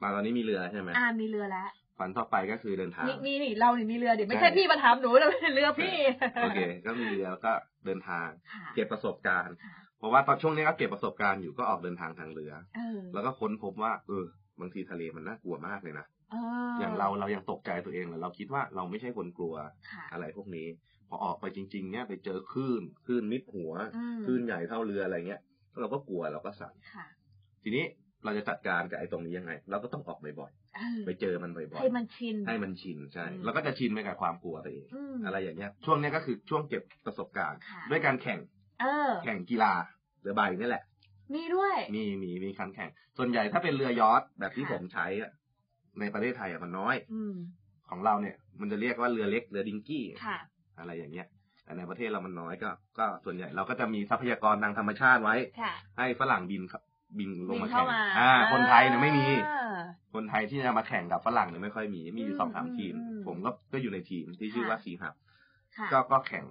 B: มาตอนนี้มีเรือใช่ไหม
A: อ่ามีเรือแล้ว
B: ฝันต่อไปก็คือเดินทาง
A: นี่นี่นี่เรานี่มีเรือเดี๋ยวไม่
B: ใช่
A: ใช่พี่มาถามหนู เราเป็นเรือพี่
B: โอเค ก็มีเรือแล้วก็เดินทาง
A: ค่ะ
B: เก็บประสบการณ์ เพราะว่าตอนช่วงนี้ก็เก็บประสบการณ์อยู่ก็ออกเดินทางทางเรือ
A: เออ
B: แล้วก็ค้นพบว่าเออบางทีทะเลมันน่ากลัวมากเลยนะ
A: เอ
B: อย่างเราเรายังตกใจตัวเองเลยเราคิดว่าเราไม่ใช่คนกลัว
A: ค่ะ
B: อะไรพวกนี้ พอออกไปจริง ๆ เนี่ยไปเจอคลื่นคลื่นมิดหัว
A: อืม
B: คลื่นใหญ่เท่าเรืออะไรเงี้ยเราก็กลัวเราก็สั่น
A: ค่ะ
B: ทีนี้เราจะจัดการกับไอ้ตรงนี้ยังไง เราก็ต้องออกบ่อย
A: เออ
B: ๆไปเจอมันบ่อยๆ
A: ให้มันชิน
B: ให้มันชินใช่
A: อืม
B: แล้วก็จะชินไปกับความกลัวตัวเอง
A: อืม
B: อะไรอย่างเงี้ย ช่วงเนี้ยก็คือช่วงเก็บประสบการณ์
A: ค่ะ
B: ด้วยการแข่ง
A: เออ
B: แข่งกีฬาเรือใบนี่แหละ
A: มีด้วย
B: มีมีมีคันแข่ง ส่วนใหญ่ถ้าเป็นเรือยอทแบบที่
A: ค่ะ
B: ผมใช้อะในประเทศไทยอะมันน้อย
A: อืม
B: ของเราเนี่ย มันจะเรียกว่าเรือเล็กเรือดิงกี้
A: ค่ะ
B: อะไรอย่างเงี้ยแต่ในประเทศเรามันน้อยก็ ก็ส่วนใหญ่เราก็จะมีทรัพยากรทางธรรมชาติไว้
A: ค่ะ
B: ให้ฝรั่งบินเข้าบินลงมา
A: เข้า
B: แข่ง
A: มา
B: อ่า คนไทยเนี่ยไม่มี
A: อ่า
B: คนไทยที่จะมาแข่งกับฝรั่งเนี่ยไม่ค่อยมี มีอยู่สองสาม
A: อืม
B: ทีม
A: อืม
B: ผมก็ก็อยู่ในทีมที่ชื่อ
A: ค่ะ
B: ว่าสีหับ
A: ค่ะ
B: ก็ก็แข่ง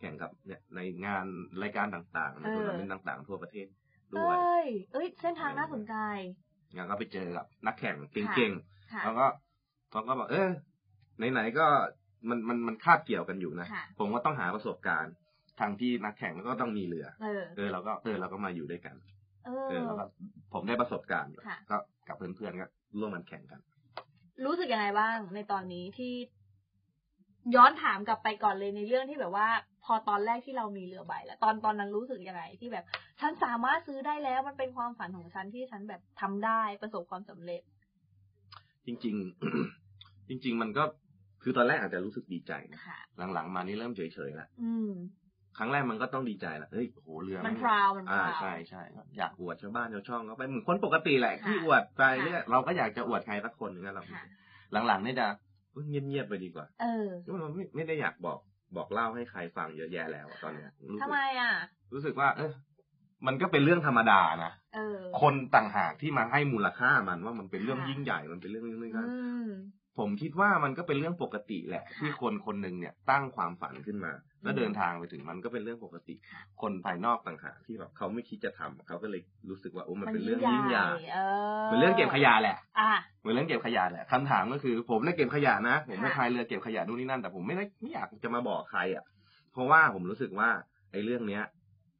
B: แข่งกับเนี่ยในงานรายการต่างๆใน
A: เออ
B: ทัวร์นาเมนต์ต่างๆ ทั่วประเทศด้
A: เอ้
B: วย
A: ยเอ้ย เส้นทางน่าสนใจ
B: แล้วก็ไปเจอกับนักแข่ง
A: ค่ะ
B: เก่ง
A: ค่ะ
B: ๆแล้วก็เขาก็บอกเออไหนๆก็มันมันมันคาบเกี่ยวกันอยู่นะ
A: ค่ะ
B: ผมก็ต้องหาประสบการณ์ทางที่นักแข่งแล้วก็ต้องมีเรือ
A: เออ
B: เออเราก็เออเราก็มาอยู่ด้วยกัน
A: เอ
B: เออ
A: อ
B: แล้วก็ผมได้ประสบการณ์
A: ค่ะ
B: ก็กับเพื่อนๆก็ร่วมมันแข่งกัน
A: รู้สึกยังไงบ้างในตอนนี้ที่ ย้อนถามกลับไปก่อนเลยในเรื่องที่แบบว่า พอตอนแรกที่เรามีเรือใบแล้วตอนตอนนั้นรู้สึกยังไงที่แบบ ฉันสามารถซื้อได้แล้ว มันเป็นความฝันของฉันที่ฉันแบบทำได้ประสบความสำเร็จ
B: จริง ๆ จริง ๆ มันก็คือตอนแรกอาจจะรู้สึกดีใจนะ
A: ค่ะ
B: หลังๆ มานี่เริ่มเฉยๆละ
A: อืม
B: ครั้งแรกมันก็ต้องดีใจแหละเฮ้ยโอ้โหเรือ
A: มัน
B: แง
A: พราวมันพ
B: อ่าร
A: าว
B: ใช่ใช่อยากอวดชาวบ้านชาวช่องเขาไปเหมือนคนปกติแหละ
A: ค่ะ
B: ที่อวดไป
A: ค่ะ
B: เนี่ยเราก็อยากจะอวดใครสักคนหนึงนะเรา
A: ค่ะ
B: หลังๆเนี่ยจะเฮ้ยเงียบๆไปดีกว่า
A: เออ
B: เพราะเราไม่ไม่ได้อยากบอกบอกเล่าให้ใครฟังเยอะแยะแล้วอะตอนเนี้ยรู้สึ
A: ทำ
B: ก
A: ไมอ่ะ
B: รู้สึกว่า เออมันก็เป็นเรื่องธรรมดานะ
A: เออ
B: คนต่างหากที่มาให้มูลค่ามันว่ามันเป็นเรื่องยิ่งใหญ่มันเป็นเรื่องเรื่องนั้น
A: อืม
B: ผมคิดว่ามันก็เป็นเรื่องปกติแหละ
A: ค่ะ
B: ที่คนคนหนึ่งเนี่ยตั้งความฝันขึ้นมา แล้
A: อื
B: ว
A: ม
B: เดินทางไปถึงมันก็เป็นเรื่องปกติ
A: ค่ะ
B: คนภายนอกต่างหากที่แบบเขาไม่คิดจะทำเขาก็เลยรู้สึกว่าโอ้มัน
A: มัน
B: เป็น
A: ยิ่
B: เรื่อง ง
A: ใหญ่
B: ยิ่งใหญ่
A: เออ
B: เหมือนเรื่องเก็บขยะแหละ
A: อ่ะ
B: เหมือนเรื่องเก็บขยะแหละคำถามก็คือผมได้เก็บขยะนะผมได้
A: ค่ะ
B: พายเรือเก็บขยะนู่นนี่นั่นแต่ผมไม่ได้ไม่อยากจะมาบอกใครอ่ะ เพราะว่าผมรู้สึกว่าไอ้เรื่องเนี้ย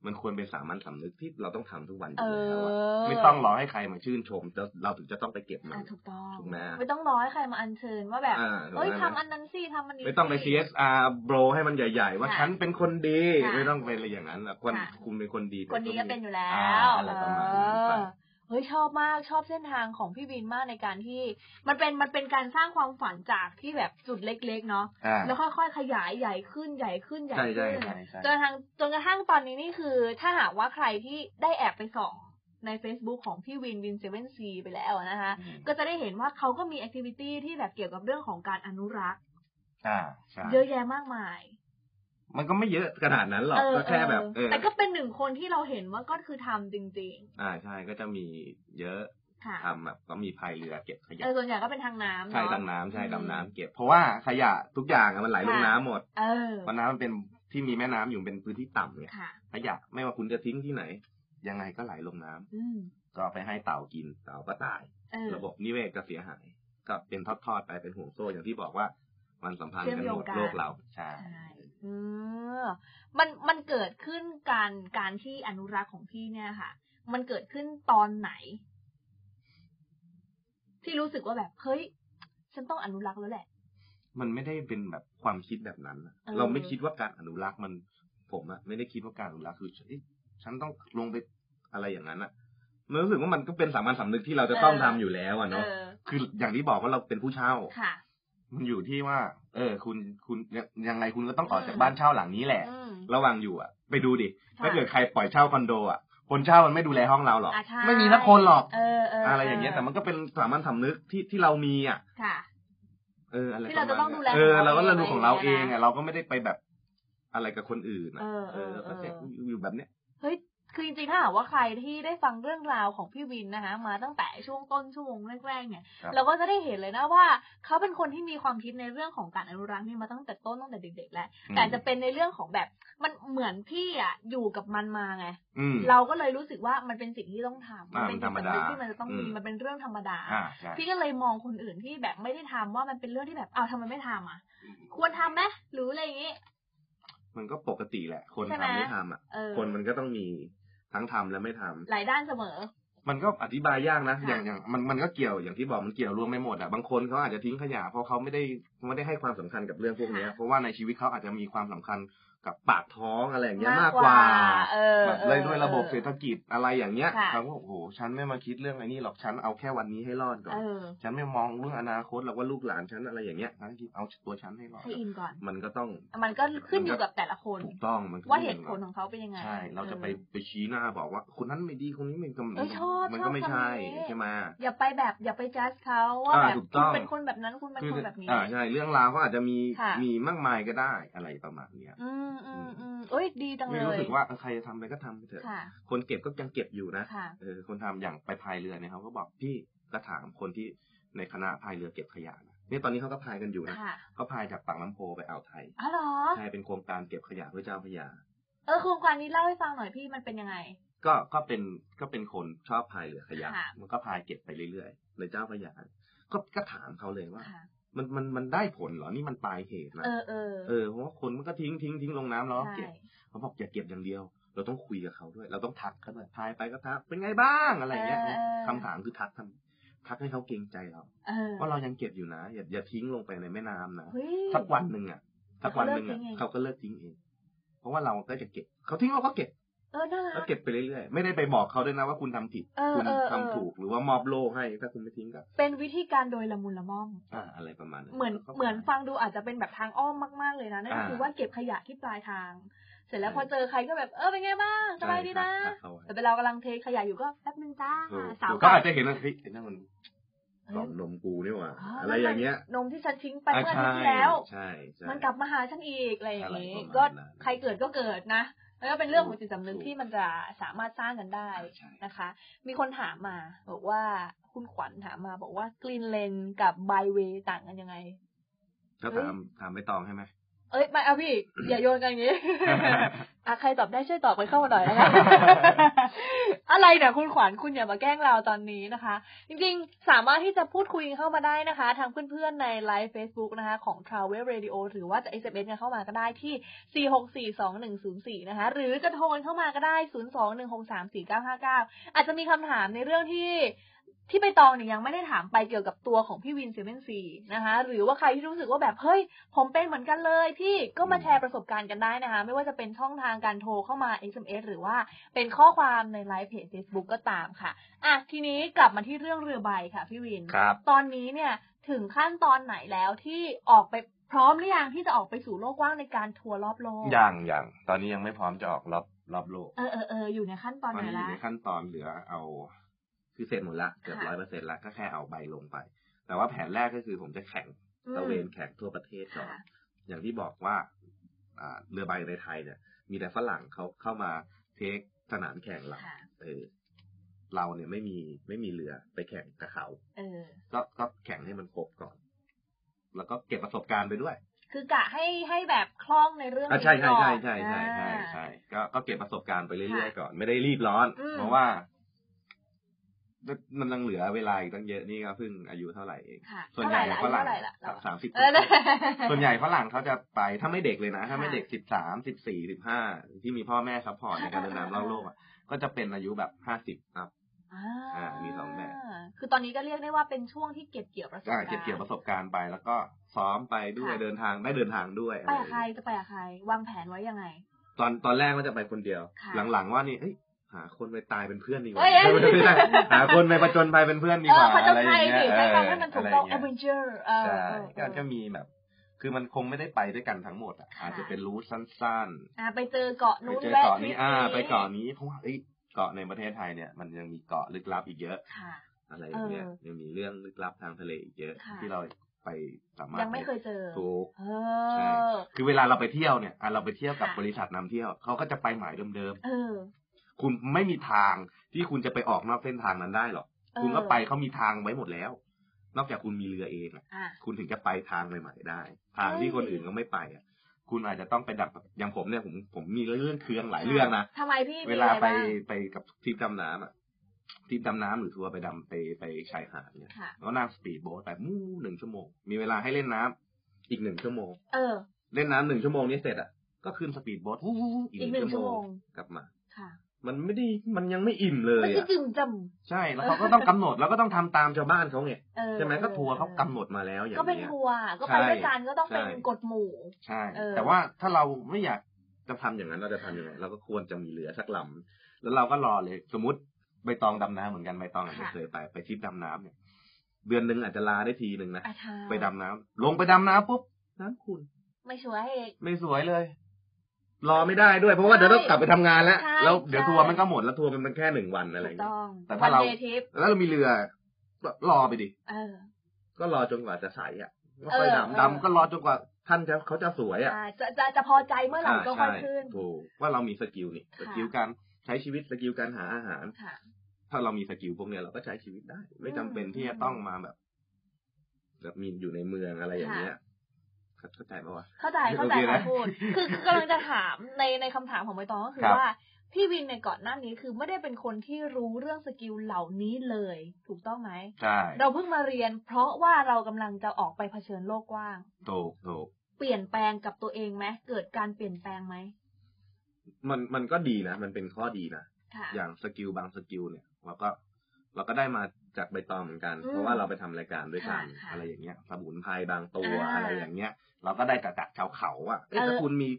B: มันควรเป็นสามัญสำนึกที่เราต้องทำทุกวันอ
A: เอยู่
B: แล้วอะ
A: อ
B: ไม่ต้องรอให้ใครมาชื่นชมจะเราถึงจะต้องไปเก็บมัน
A: อ่ะถูกต้อง
B: ถูกไหม
A: ไม่ต้องรอให้ใครมาอัญเชิญว่าแบบ
B: อ่า
A: เอ้ย
B: ถูกไหม
A: ทำอันนั้นสิทำอันนี้
B: ไม่ต้องไป
A: สิ
B: CSR โบรให้มันใหญ่ ๆ ว่า
A: ค่ะ
B: ฉันเป็นคนดี
A: ค่ะ
B: ไม่ต้องเป็นอะไรอย่างนั้นอะคน
A: ค่ะ
B: คุณเป็นคนดี
A: คนดีก็
B: มี
A: เป็นอยู่แล้ว
B: อ่าอะไรประมาณนี้
A: เอ
B: ไป
A: อเฮ้ยชอบมากชอบเส้นทางของพี่บินมากในการที่ มันเป็นมันเป็นการสร้างความฝันจากที่แบบจุดเล็ก ๆ เนาะ
B: อ่า
A: แล้วค่อยๆขยายใหญ่ขึ้นใหญ่ขึ้นใหญ่
B: ใช่ใช่
A: ขึ้น
B: ใช่ใช่
A: จนกระทั่งจนกระทั่งตอนนี้นี่คือ ถ้าหากว่าใครที่ได้แอบไปส่องใน Facebook ของพี่วินวินเซเว่นซีไปแล้วอะนะคะ
B: อืม
A: ก็จะได้เห็นว่าเขาก็มีแอคทิวิตี้ที่แบบเกี่ยวกับเรื่องของการอนุรักษ์
B: อ่าใช่
A: เยอะแยะมากมาย
B: มันก็ไม่เยอะขนาดนั้นหรอก
A: เออ
B: ก็แค่แบบ
A: เอ
B: เอ
A: อ
B: อ
A: แต่ก็เป็นหนึ่งคนที่เราเห็นว่าก็คือทำจริง
B: อ่าใช่ก็จะมีเยอะ
A: ๆ ค่ะ
B: ทำแบบก็มีพายเรือเก็บขยะ
A: เออส่วนใหญ่ก็เป็นทางน้ำ
B: ใช่
A: เนาะ
B: ดำน้ำใช่
A: อืม
B: ดำน้ำเก็บ เพราะว่าขยะทุกอย่างอะมันไหลลง
A: ค่ะ
B: น้ำหมด
A: เออ
B: เพราะน้ำมันเป็นที่มีแม่น้ำอยู่เป็นพื้นที่ต่ำเนี่ย
A: ค่ะ
B: ขยะไม่ว่าคุณจะทิ้งที่ไหน ยังไงก็ไหลลงน้ำ
A: อืม
B: ก็ไปให้เต่ากินเต่าก็ตาย
A: เออ
B: ระบบนิเวศก็เสียหาย ก็เป็นทอดๆไปเป็นห่วงโซ่อย่างที่บอกว่า มันสัมพันธ์กันหมด
A: เชื่อมโยงกัน
B: โลกเราใช่
A: ใช่เออมันมันเกิดขึ้นการการที่อนุรักษ์ของพี่เนี่ยค่ะ มันเกิดขึ้นตอนไหน ที่รู้สึกว่าแบบเฮ้ย ฉันต้องอนุรักษ์แล้วแหละ
B: มันไม่ได้เป็นแบบความคิดแบบนั้นน่ะ
A: เออ
B: เราไม่คิดว่าการอนุรักษ์มัน ผมอะไม่ได้คิดว่าการอนุรักษ์คือเอ๊ะฉันต้องลงไปอะไรอย่างนั้นอะมันรู้สึกว่ามันก็เป็นสามัญสำนึกที่เราจะต้องทำอยู่แล้วอะ
A: เอ
B: เนาะ
A: อ
B: คืออย่างที่บอกว่าเราเป็นผู้เช่า
A: ค่ะ
B: มันอยู่ที่ว่า เออ คุณ คุณยังยังไงคุณก็ต้องออก
A: อืม
B: จากบ้านเช่าหลังนี้แหละ
A: อืม
B: ระหว่างอยู่อะไปดูดิ
A: ค่ะ
B: ถ้าเกิดใครปล่อยเช่าคอนโดอะคนเช่ามันไม่ดูแลห้องเราหรอก
A: อ่ะใช่
B: ไม่มีนักคนหรอก
A: เออเออ
B: อะ
A: อะไร
B: อย่างเงี้ย แต่มันก็เป็นสามัญสำนึกที่ที่เรามีอะ
A: ค่ะ
B: เอออะไร
A: ที่เราจะต้องดูแล
B: เออเราก็เราดูของเราเอ
A: อะไรอ
B: ง
A: ย่างเงี้ย
B: อะ
A: นะ
B: เราก็ไม่ได้ไปแบบอะไรกับคนอื่นอะ
A: เออเออ
B: ก็แค่
A: เออ
B: ยู่แบบเนี้ย
A: เฮ้ย คือจริงๆถ้าหากว่าใครที่ได้ฟังเรื่องราวของพี่วินนะคะ มาตั้งแต่ช่วงต้นชั่วโมงแรกๆเนี่ย
B: ครับ
A: เราก็จะได้เห็นเลยนะว่า เขาเป็นคนที่มีความคิดในเรื่องของการอนุรักษ์นี่มาตั้งแต่ต้นตั้งแต่เด็กๆแล้วแต่จะเป็นในเรื่องของแบบมันเหมือนพี่อ่ะอยู่กับมันมาไง
B: อืม
A: เราก็เลยรู้สึกว่ามันเป็นสิ่งที่ต้องทำ
B: อ่ามั
A: เป็น น
B: ธรรมดา
A: จิตสำนึกที่มันจะต้องมี
B: อืม
A: มันเป็นเรื่องธรรมดา
B: อ่าใช่
A: พี่ก็เลยมองคนอื่นที่แบบไม่ได้ทำว่ามันเป็นเรื่องที่แบบอ้าวทำไมไม่ทำอ่ะ ควรทำไหมหรืออะไรอย่างงี้
B: มันก็ปกติแหละ คน
A: ใช่ไหม
B: ทำไม่ทำอ่ะ
A: เออ
B: คนมันก็ต้องมีทั้งทำและไม่ทำ
A: หลายด้านเสมอ
B: มันก็อธิบายยากนะ
A: ค่ะ
B: อย่างอย่างมันมันก็เกี่ยวอย่างที่บอกมันเกี่ยวรวมไม่หมดอ่ะบางคนเขาอาจจะทิ้งขยะเพราะเขาไม่ได้ไม่ได้ให้ความสำคัญกับเรื่องพวกเนี้ยเพราะว่าในชีวิตเขาอาจจะมีความสำคัญกับปากท้องอะไรอย่างเงี้ยมากกว่า
A: เออ
B: แบบ
A: ออ
B: เลยด้วยระบบเศรษฐกิจอะไรอย่างเงี้ย
A: ค่ะ
B: เขาก็โอ้โหฉันไม่มาคิดเรื่องไอ้นี่หรอกฉันเอาแค่วันนี้ให้รอดก่อน
A: เออ
B: ฉันไม่มองเรื่องอนาคตหรอกว่าลูกหลานฉันอะไรอย่างเงี้ยฉันคิดเอาตัวฉันให้รอด
A: ให้อินก่อน
B: มันก็ต้อง
A: มันก็ขึ้นอยู่กับแต่ละคน
B: ถูกต้องมันก็
A: ว่าเหตุผล
B: ขึ้นอยู่
A: ของเขาเป็นยังไง
B: ใช่ เราจะไป
A: ออ
B: ไปชี้หน้าบอกว่า คนนั้นไม่ดีคนนี้ไม่กำ
A: เอ้ยชอบ
B: มั
A: ชอบ
B: ก็ไม่ใช่
A: คำนี้
B: ใช่ไหม
A: อย่าไปแบบอย่าไปจัดเขาว่า
B: อ่า
A: แบบ
B: ถูกต้
A: คุณ
B: อง
A: เป็นคนแบบนั้นคุณเป็น
B: คือ
A: คนแบบนี้
B: อ่าใช่เรื่องราวก็อาจจะมี
A: ค่ะ
B: มีมากมายก็ได้อะไรประมาณเนี้ย
A: อืมอืมอืมเอ้ยดีจังเล
B: ไม่
A: ย
B: รู้สึกว่าเออใครจะทำอะไรก็ทำไปเถอะ
A: ค่ะ
B: คนเก็บก็ยังเก็บอยู่นะ
A: ค่ะ
B: เออคนทำอย่างไปพายเรือเนี่ยเขาก็บอกพี่ก็ถามคนที่ในคณะพายเรือเก็บขยะนะเนี่ยตอนนี้เขาก็พายกันอยู่นะ
A: ค่ะ
B: เขาพายจากปากน้ำโพไปอ่าวไทย
A: อ๋อเหรอ
B: ใช่เป็นโครงการเก็บขยะเพื่อเจ้าพระยา
A: เออโครงการนี้เล่าให้ฟังหน่อยพี่มันเป็นยังไง
B: ก็ก็เป็นก็เป็นคนชอบพายเรือขยะ
A: ค่ะ
B: มันก็พายเก็บไปเรื่อยๆในเจ้าพระยาก็ก็ถามเขาเลยว่า
A: ค่ะ
B: มันมันมันได้ผลเหรอนี่มันปลายเหตุนะ
A: เออเออ
B: เออเพราะว่าคนมันก็ทิ้งทิ้งทิ้งลงน้ำแล้วก็
A: ใช่
B: เก็บ เขาบอกอย่าเก็บอย่างเดียว เราต้องคุยกับเขาด้วย เราต้องทักเขาด้วยพายไปก็ทัก เป็นไงบ้างอะไรอย่างเงี้ยคำถามคือทักทำทักให้เขาเกรงใจเรา
A: เออ
B: ว่าเรายังเก็บอยู่นะ อย่าอย่าทิ้งลงไปในแม่น้ำนะ
A: เฮ้ย
B: สักวันหนึ่งอ่ะสักวันหนึ่งอ่ะ
A: เขา
B: เขา
A: เลิกทิ้งเอง
B: ก็เลิกทิ้งเอง เพราะว่าเราก็จะเก็บ เขาทิ้งเราก็เก็บ
A: เออน่ารั
B: เรา
A: ก
B: เก็บไปเรื่อยๆ ไม่ได้ไปบอกเขาด้วยนะว่าคุณทำผิด
A: เออ
B: คุณ
A: เออ
B: ทำ
A: เออ
B: ถูกหรือว่ามอบโล่ให้ถ้าคุณไม่ทิ้งกับ
A: เป็นวิธีการโดยละมุนละม่อม
B: อ่าอะไรประมาณนั้น
A: เหมือน
B: แล้วก็
A: เหมือนฟังดูอาจจะเป็นแบบทางอ้อมมากๆเลยนะนั่นก็
B: อ่า
A: คือว่าเก็บขยะที่ปลายทาง เสร็จแล้วพอเจอใครก็แบบเออเป็นไงบ้างสบายดีนะ
B: ใช่ครับทักเขาไว้
A: แต่เป็นเรากำลังเทขยะอยู่ก็แป๊บนึงจ้า
B: ถูก
A: สาม
B: ถูกก็อาจจะเห็นว่าเฮ้ยไอ้นั่นมันกล่องนมกูนี่หว่า
A: อ๋ออ
B: อะไรอย่างเงี้ย
A: นมที่ฉันทิ้งไปเมื่ออาทิตย์ที่แล้ว
B: ใช่ใช่
A: มันกลับมาหาฉันอีกอะไรอย่างนี้
B: อะไรประมาณนั้น
A: ก็ใครเกิดก็เกิดนะ แล้วก็เป็นเรื่องของจิตสำนึก
B: ถูก
A: ที่มันจะสามารถสร้างกันได้
B: ใช่
A: นะคะ มีคนถามมา บอกว่าคุณขวัญถามมาบอกว่ากรีนเลนกับไบเวย์ต่างกันยังไง
B: ก็ถามถามไปตองใช่ไหม
A: เอ้ยไม่เอาพี่ อย่าโยนกันอย่างนี้ อ่ะใครตอบได้ช่วยตอบไปเข้ามาหน่อยนะคะ อะไรเนี่ยคุณขวัญคุณอย่ามาแกล้งเราตอนนี้นะคะ จริงๆ สามารถที่จะพูดคุยเข้ามาได้นะคะ ทางเพื่อนๆ ในไลฟ์ Facebook นะคะ ของ Travel Radio หรือว่าจะ SMS กันเข้ามาก็ได้ที่ 4642104 นะคะ หรือจะโทรกันเข้ามาก็ได้ 021634959 อาจจะมีคำถามในเรื่องที่ ที่ใบตองเนี่ยยังไม่ได้ถามไปเกี่ยวกับตัวของพี่วินเซเว่นซีนะคะ หรือว่าใครที่รู้สึกว่าแบบเฮ้ย ผมเป็นเหมือนกันเลยพี่ก็มาแชร์ประสบการณ์กันได้นะคะ ไม่ว่าจะเป็นช่องทางการโทรเข้ามา SMS หรือว่าเป็นข้อความในไลฟ์เพจ Facebook ก็ตามค่ะ อ่ะ ทีนี้กลับมาที่เรื่องเรือใบค่ะพี่วิน
B: ครับ
A: ตอนนี้เนี่ยถึงขั้นตอนไหนแล้วที่ออกไปพร้อมหรือยังที่จะออกไปสู่โลกกว้างในการทัวร์รอบโลก
B: อย่างอย่างตอนนี้ยังไม่พร้อมจะออกรอบรอบโลก
A: เออเออเอออยู่ในขั้นตอน
B: ต
A: ไห
B: อน
A: น
B: นี้อ
A: ละ
B: ยู่ในขั้นตอนเหลือเอาคือเสร็จหมดละเกือบ
A: ค่ะ
B: ร้อยเปอร์เซ็นต์ละก็แค่เอาใบลงไป แต่ว่าแผนแรกก็คือผมจะแข่งตะเวนแข่งทั่วประเทศก่อน
A: ค่ะ
B: อย่างที่บอกว่าอ่าเรือใบในไทยเนี่ย มีแต่ฝรั่งเขาเข้ามาเทคสนามแข่งเรา
A: ค่ะ
B: เออเราเนี่ยไม่มีไม่มีเรือไปแข่งกับเขา
A: เออ
B: ก็ก็แข่งให้มันครบก่อน แล้วก็เก็บประสบการณ์ไปด้วย
A: คือกะให้ให้แบบคล่องในเรื่อง
B: อ่ะ
A: นี้
B: ใช่ใช่
A: ก่อน
B: ใช่ใช่ใช่ใช่
A: อ่า
B: ใช่ก็ก็เก็บประสบการณ์ไปเรื่อย
A: ค่ะ
B: ๆก่อนไม่ได้รีบร้อน
A: อืม
B: เพราะว่า มันยังเหลือเวลาอีกตั้งเยอะนี่ก็เพิ่งอายุเท่าไหร่เอง
A: ค่ะ
B: ส่วนใหญ่ฝ
A: เท่าไหร่ละ
B: รั่ง
A: เท่าไหร่ละเรา
B: สามสิบ
A: เออได้
B: ส่วนใหญ่ฝรั่งเขาจะไปถ้าไม่เด็กเลยนะ ถ้าไม่
A: ค่ะ
B: เด็กสิบสามสิบสี่สิบห้าที่มีพ่อแม่ซัพพอร์ตในการเดินทางรอบโลกอ่ะก็จะเป็นอายุแบบห้าสิบอัพ
A: า
B: อ่ามีสองแบบ
A: คือตอนนี้ก็เรียกได้ว่าเป็นช่วงที่เก็บเกี่ยวประสบการ
B: อ่า
A: ณ์
B: เก็บเกี่ยวประสบการณ์ไป แล้วก็ซ้อมไปด้วย
A: ค่ะ
B: เดินทางได้เดินทางด้วยอะ
A: ไป
B: ไร
A: กับใครจะไปกับใคร วางแผนไว้ยังไง
B: ตอนตอนแรกว่าจะไปคนเดียว
A: ค่ะ
B: หลังๆว่านี่เอ้ยหาคนไปตายเป็นเพื่อนดีกว่า
A: เอ้ยเอ้ย
B: ไม่ใช่หาคนไปประจนภัยเป็นเพื่อนดี
A: เอก อ
B: ว่า
A: ผจ
B: อะ
A: ญ
B: ไรอ
A: ภัย
B: ย่างเงี้
A: ดิ
B: ย
A: ใช้คำให้มันถูกต้อง
B: ะไร
A: a
B: ย่าย
A: d v e n t u r e เออ
B: ใช่
A: เออเอ
B: ก็
A: อ
B: จะมีแบบ คือมันคงไม่ได้ไปด้วยกันทั้งหมดอ่ะ
A: ค่ะ
B: อาจจะเป็นรูทสั้น
A: อ่าไปเจอเกาะ
B: ๆไป
A: นู้น
B: เจอ
A: แวะ
B: เกาะ
A: ทริ
B: นี้
A: ป
B: อ่า ไปเกาะนี้เพราะว่าเอ้ยเกาะในประเทศไทยเนี่ยมันยังมีเกาะลึกลับอีกเยอะ
A: ค่ะ
B: อะไรอย่างเงี้ย
A: เออ
B: ยังมีเรื่องลึกลับทางทะเลอีกเยอะ
A: ค่ะ
B: ที่เราไปสามารถ
A: ยังไม่เคยเจอ
B: ถูก
A: เอ
B: ใช่
A: อ
B: คือเวลาเราไปเที่ยวเนี่ยอ่ะเราไปเที่ยวกับ
A: ค่ะ
B: บริษัทนำเที่ยวเขาก็จะไปหมายเดิมๆ
A: เออ
B: คุณไม่มีทางที่คุณจะไปออกนอกเส้นทางนั้นได้หรอก
A: เออ
B: คุณก็ไปเขามีทางไว้หมดแล้ว นอกจากคุณมีเรือเองอะ
A: อ่ะ
B: คุณถึงจะไปทางใหม่ๆได้ ทางที่
A: เอ้ย
B: คนอื่นก็ไม่ไปอะคุณอาจจะต้องไปดักอย่างผมเนี่ยผมผมมีเรื่องเครื่องหลายเรื่องนะ
A: ทำไมพี่มี
B: เวลา
A: อะไร
B: ไป
A: บ้าง
B: ไปกับทริปดำน้ำอ่ะทริปดำน้ำหรือทัวร์ไปดำไปไปชายหาดเนี่ย
A: ค่ะ
B: แล้วนั่งสปีดโบ๊ทไปมู่หนึ่งชั่วโมง มีเวลาให้เล่นน้ำอีกหนึ่งชั่วโมง
A: เออ
B: เล่นน้ำหนึ่งชั่วโมงนี้เสร็จอ่ะก็ขึ้นสปีดโบ๊ทวู้วู้วู้อีก
A: อีก
B: ห
A: หนึ่
B: นึ่
A: ง
B: งชั่วโมง
A: ชั่วโมง
B: กลับมา
A: ค่ะ
B: มันไม่ได้มันยังไม่อิ่มเลย
A: มันจะ
B: อ่ะ
A: จึงจ
B: ใช่แล้วเขาก็ต้องกำหนดแล้วก็ต้องทำตามชาวบ้านเขาไง
A: ำเออ
B: ใช่ไหมก็ทัวร์เขากำ
A: หน
B: หนดมาแล้วอย่าง
A: ก็เป็น
B: เงี้ย
A: ทัวร์ก็ไป
B: ใช่
A: ด้วยกันก็ต้องเป็น
B: ใช่
A: กฎหมู่
B: ใช่
A: เออ
B: แต่ว่าถ้าเราไม่อยากจะทำอย่างนั้นเราจะทำยังไงเราก็ควรจะมีเรือสักลำแล้วเราก็รอเลย สมมติใบตองดำน้ำเหมือนกันใบตองอาจจะเคยไปไปทริปดำน้ำเนี่ย เดือนหนึ่งอาจจะลาได้ทีหนึ่งนะ
A: อาชา
B: ไปดำน้ำลงไปดำน้ำปุ๊บน้ำขุ่น
A: ไม่ช่วยให้เอก
B: ไม่สวยเลย รอไม่ได้ด้วยเพราะว่า
A: ใช่
B: เดี๋ยวต้องกลับไปทำงานแล้ว
A: ใช่
B: แล้วเดี๋ยว
A: ใช่
B: ทัวร์มันก็หมดแล้วทัวร์มันเป็นแค่หนึ่งวันอะไร
A: ถูก
B: เงี้ย
A: ต้อง
B: แต่ถ้าเรา
A: วันเดทิป
B: แล้วเรามีเรือก็รอไปดิ
A: เออ
B: ก็รอจนกว่าจะใสอ่ะก็ไป
A: เออเออ
B: ดำดำก็รอจนกว่าท่านจะเขาจะสวยอ่ะ
A: อ่าจะจะจะพอใจเมื่อไหร่ก็ค่อยขึ้น
B: ใช่ถูกว่าเรามีสกิลนี่
A: ค่ะ
B: สกิลการใช้ชีวิตสกิลการหาอาหาร
A: ค่ะ
B: ถ้าเรามีสกิลพวกเนี้ยเราก็ใช้ชีวิตได้ ไม่จำเป็น
A: อืม
B: ที่จะต้องมาแบบแบบมีอยู่ในเมืองอะไรอย่างเงี้ยเข้าใจปะวะ
A: เข้าใจเข้าใจ
B: โอเคนะ
A: คำพูด คือคือกำลังจะถามในในคำถามของใบตองก็คือ
B: ครับ
A: ว่าพี่วินในยก่อนหน้านี้คือไม่ได้เป็นคนที่รู้เรื่องสกิลเหล่านี้เลย ถูกต้องไหม
B: ใช่
A: เราเพิ่งมาเรียน เพราะว่าเรากำลังจะออกไปเผชิญโลกกว้าง
B: ถูกถูก
A: เปลี่ยนแปลงกับตัวเองไหมเกิดการเปลี่ยนแปลงไหม
B: มันมันก็ดีนะ มันเป็นข้อดีนะ
A: ค่ะ
B: อย่างสกิลบางสกิลเนี่ยเราก็เราก็ได้มาจากใบตองเหมือนกัน
A: อืม
B: เพราะว่าเราไปทำรายการด้วยกัน
A: ค่ะค่ะ
B: อะไรอย่างเงี้ยสมุนไพรบางตัว
A: อ่า
B: อะไรอย่างเงี้ย เราก็ได้จากจากชาวเขาอะเอ๊ะ
A: เออ
B: ถ้าคุณมี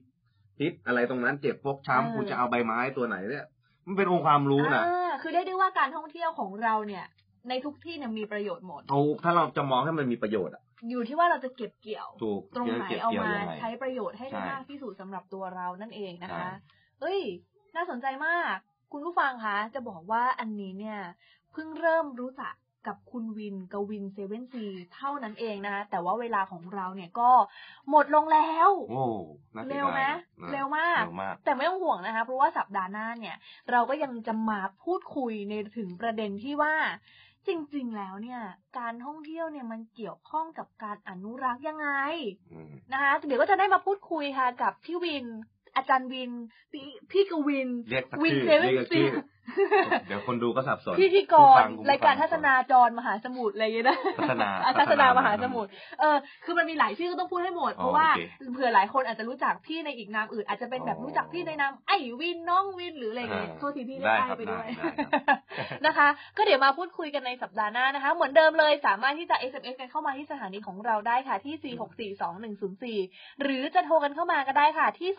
B: พิษอะไรตรงนั้นเจ็บพก
A: เออ
B: ช้ำคุณจะเอาใบไม้ตัวไหนเนี่ยมันเป็นองค์ความรู้นะ
A: อ่าคือเรียกได้ว่าการท่องเที่ยวของเราเนี่ย ในทุกที่เนี่ยมีประโยชน์หมด
B: ถูกถ้าเราจะมองให้มันมีประโยชน์อะ
A: อยู่ที่ว่าเราจะเก็บเกี่ยว
B: ถูก
A: ตรงไหนเอามา
B: ยังไง
A: ใช้ประโยชน์ให้ได้
B: ใช่
A: มากที่สุดสำหรับตัวเรานั่นเองนะคะ
B: ใช่
A: เอ้ย น่าสนใจมาก คุณผู้ฟังคะ จะบอกว่าอันนี้เนี่ย เพิ่งเริ่มรู้จักกับคุณวินกวินเซเว่นซีเท่านั้นเองนะคะแต่ว่าเวลาของเราเนี่ยก็หมดลงแล้ว
B: โอ้น่าสีย
A: เร็ว
B: ดาย
A: ไหม
B: นะ
A: เร็วมาก
B: เร็วมาก
A: แต่ไม่ต้องห่วงนะคะ เพราะว่าสัปดาห์หน้าเนี่ย เราก็ยังจะมาพูดคุยในถึงประเด็นที่ว่า จริงๆแล้วเนี่ย การท่องเที่ยวเนี่ยมันเกี่ยวข้องกับการอนุรักษ์ยังไง
B: อืม
A: นะคะเดี๋ยวก็จะได้มาพูดคุยค่ะกับพี่วิน อาจารย์วิน พี่พี่กวิน
B: เรียกสัก
A: วิน
B: ชื่อ
A: เซเว่น
B: เรียกสัก
A: ซี
B: ชื่อ เดี๋ยวคนดูก็สับสน
A: พิธีกร
B: ผู้ฟังผู้ฟัง
A: รายการทัศนาจรมหาสมุทรอะไรอย่างเงี้ยนะ
B: ทัศนา
A: อ่ะทัศนามหาสมุทรเออคือมันมีหลายชื่อก็ต้องพูดให้หมด
B: อ๋อ
A: เพราะว่า
B: โอเค
A: เผื่อหลายคนอาจจะรู้จักพี่ในอีกนามอื่น อาจจะเป็นแบบ
B: อ๋อ
A: รู้จักพี่ในนามไอ้วินน้องวินหรืออะไรอย่างเงี้ย
B: อ่า
A: โทษทีพี่
B: ได้
A: เรียก
B: ค
A: ไอ้
B: รับ
A: ไปด้วย
B: ได้ได้
A: นะคะ ก็เดี๋ยวมาพูดคุยกันในสัปดาห์หน้านะคะ เหมือนเดิมเลยสามารถที่จะ SMS กันเข้ามาที่สถานีของเราได้ค่ะที่ 4642104 หรือจะโทรกันเข้ามาก็ได้ค่ะที่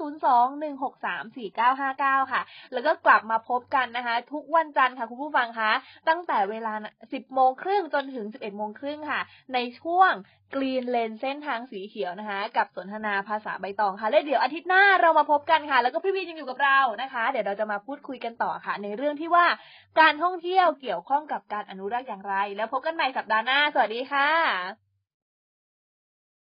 A: 021634959 ค่ะ แล้วก็กลับมาพบกันนะคะ ทุกวันจันทร์ค่ะคุณผู้ฟังคะ ตั้งแต่เวลา 10โมงครึ่งจนถึง 11โมงครึ่งค่ะ ในช่วง Green Lane เส้นทางสีเขียวนะคะ กับสนทนาภาษาใบตองค่ะ และเดี๋ยวอาทิตย์หน้าเรามาพบกันค่ะ แล้วก็พี่วีนยังอยู่กับเรานะคะ เดี๋ยวเราจะมาพูดคุยกันต่อค่ะ ในเรื่องที่ว่า การท่องเที่ยวเกี่ยวข้องกับการอนุรักษ์อย่างไร แล้วพบกันใหม่สัปดาห์หน้า สวัสดีค่ะ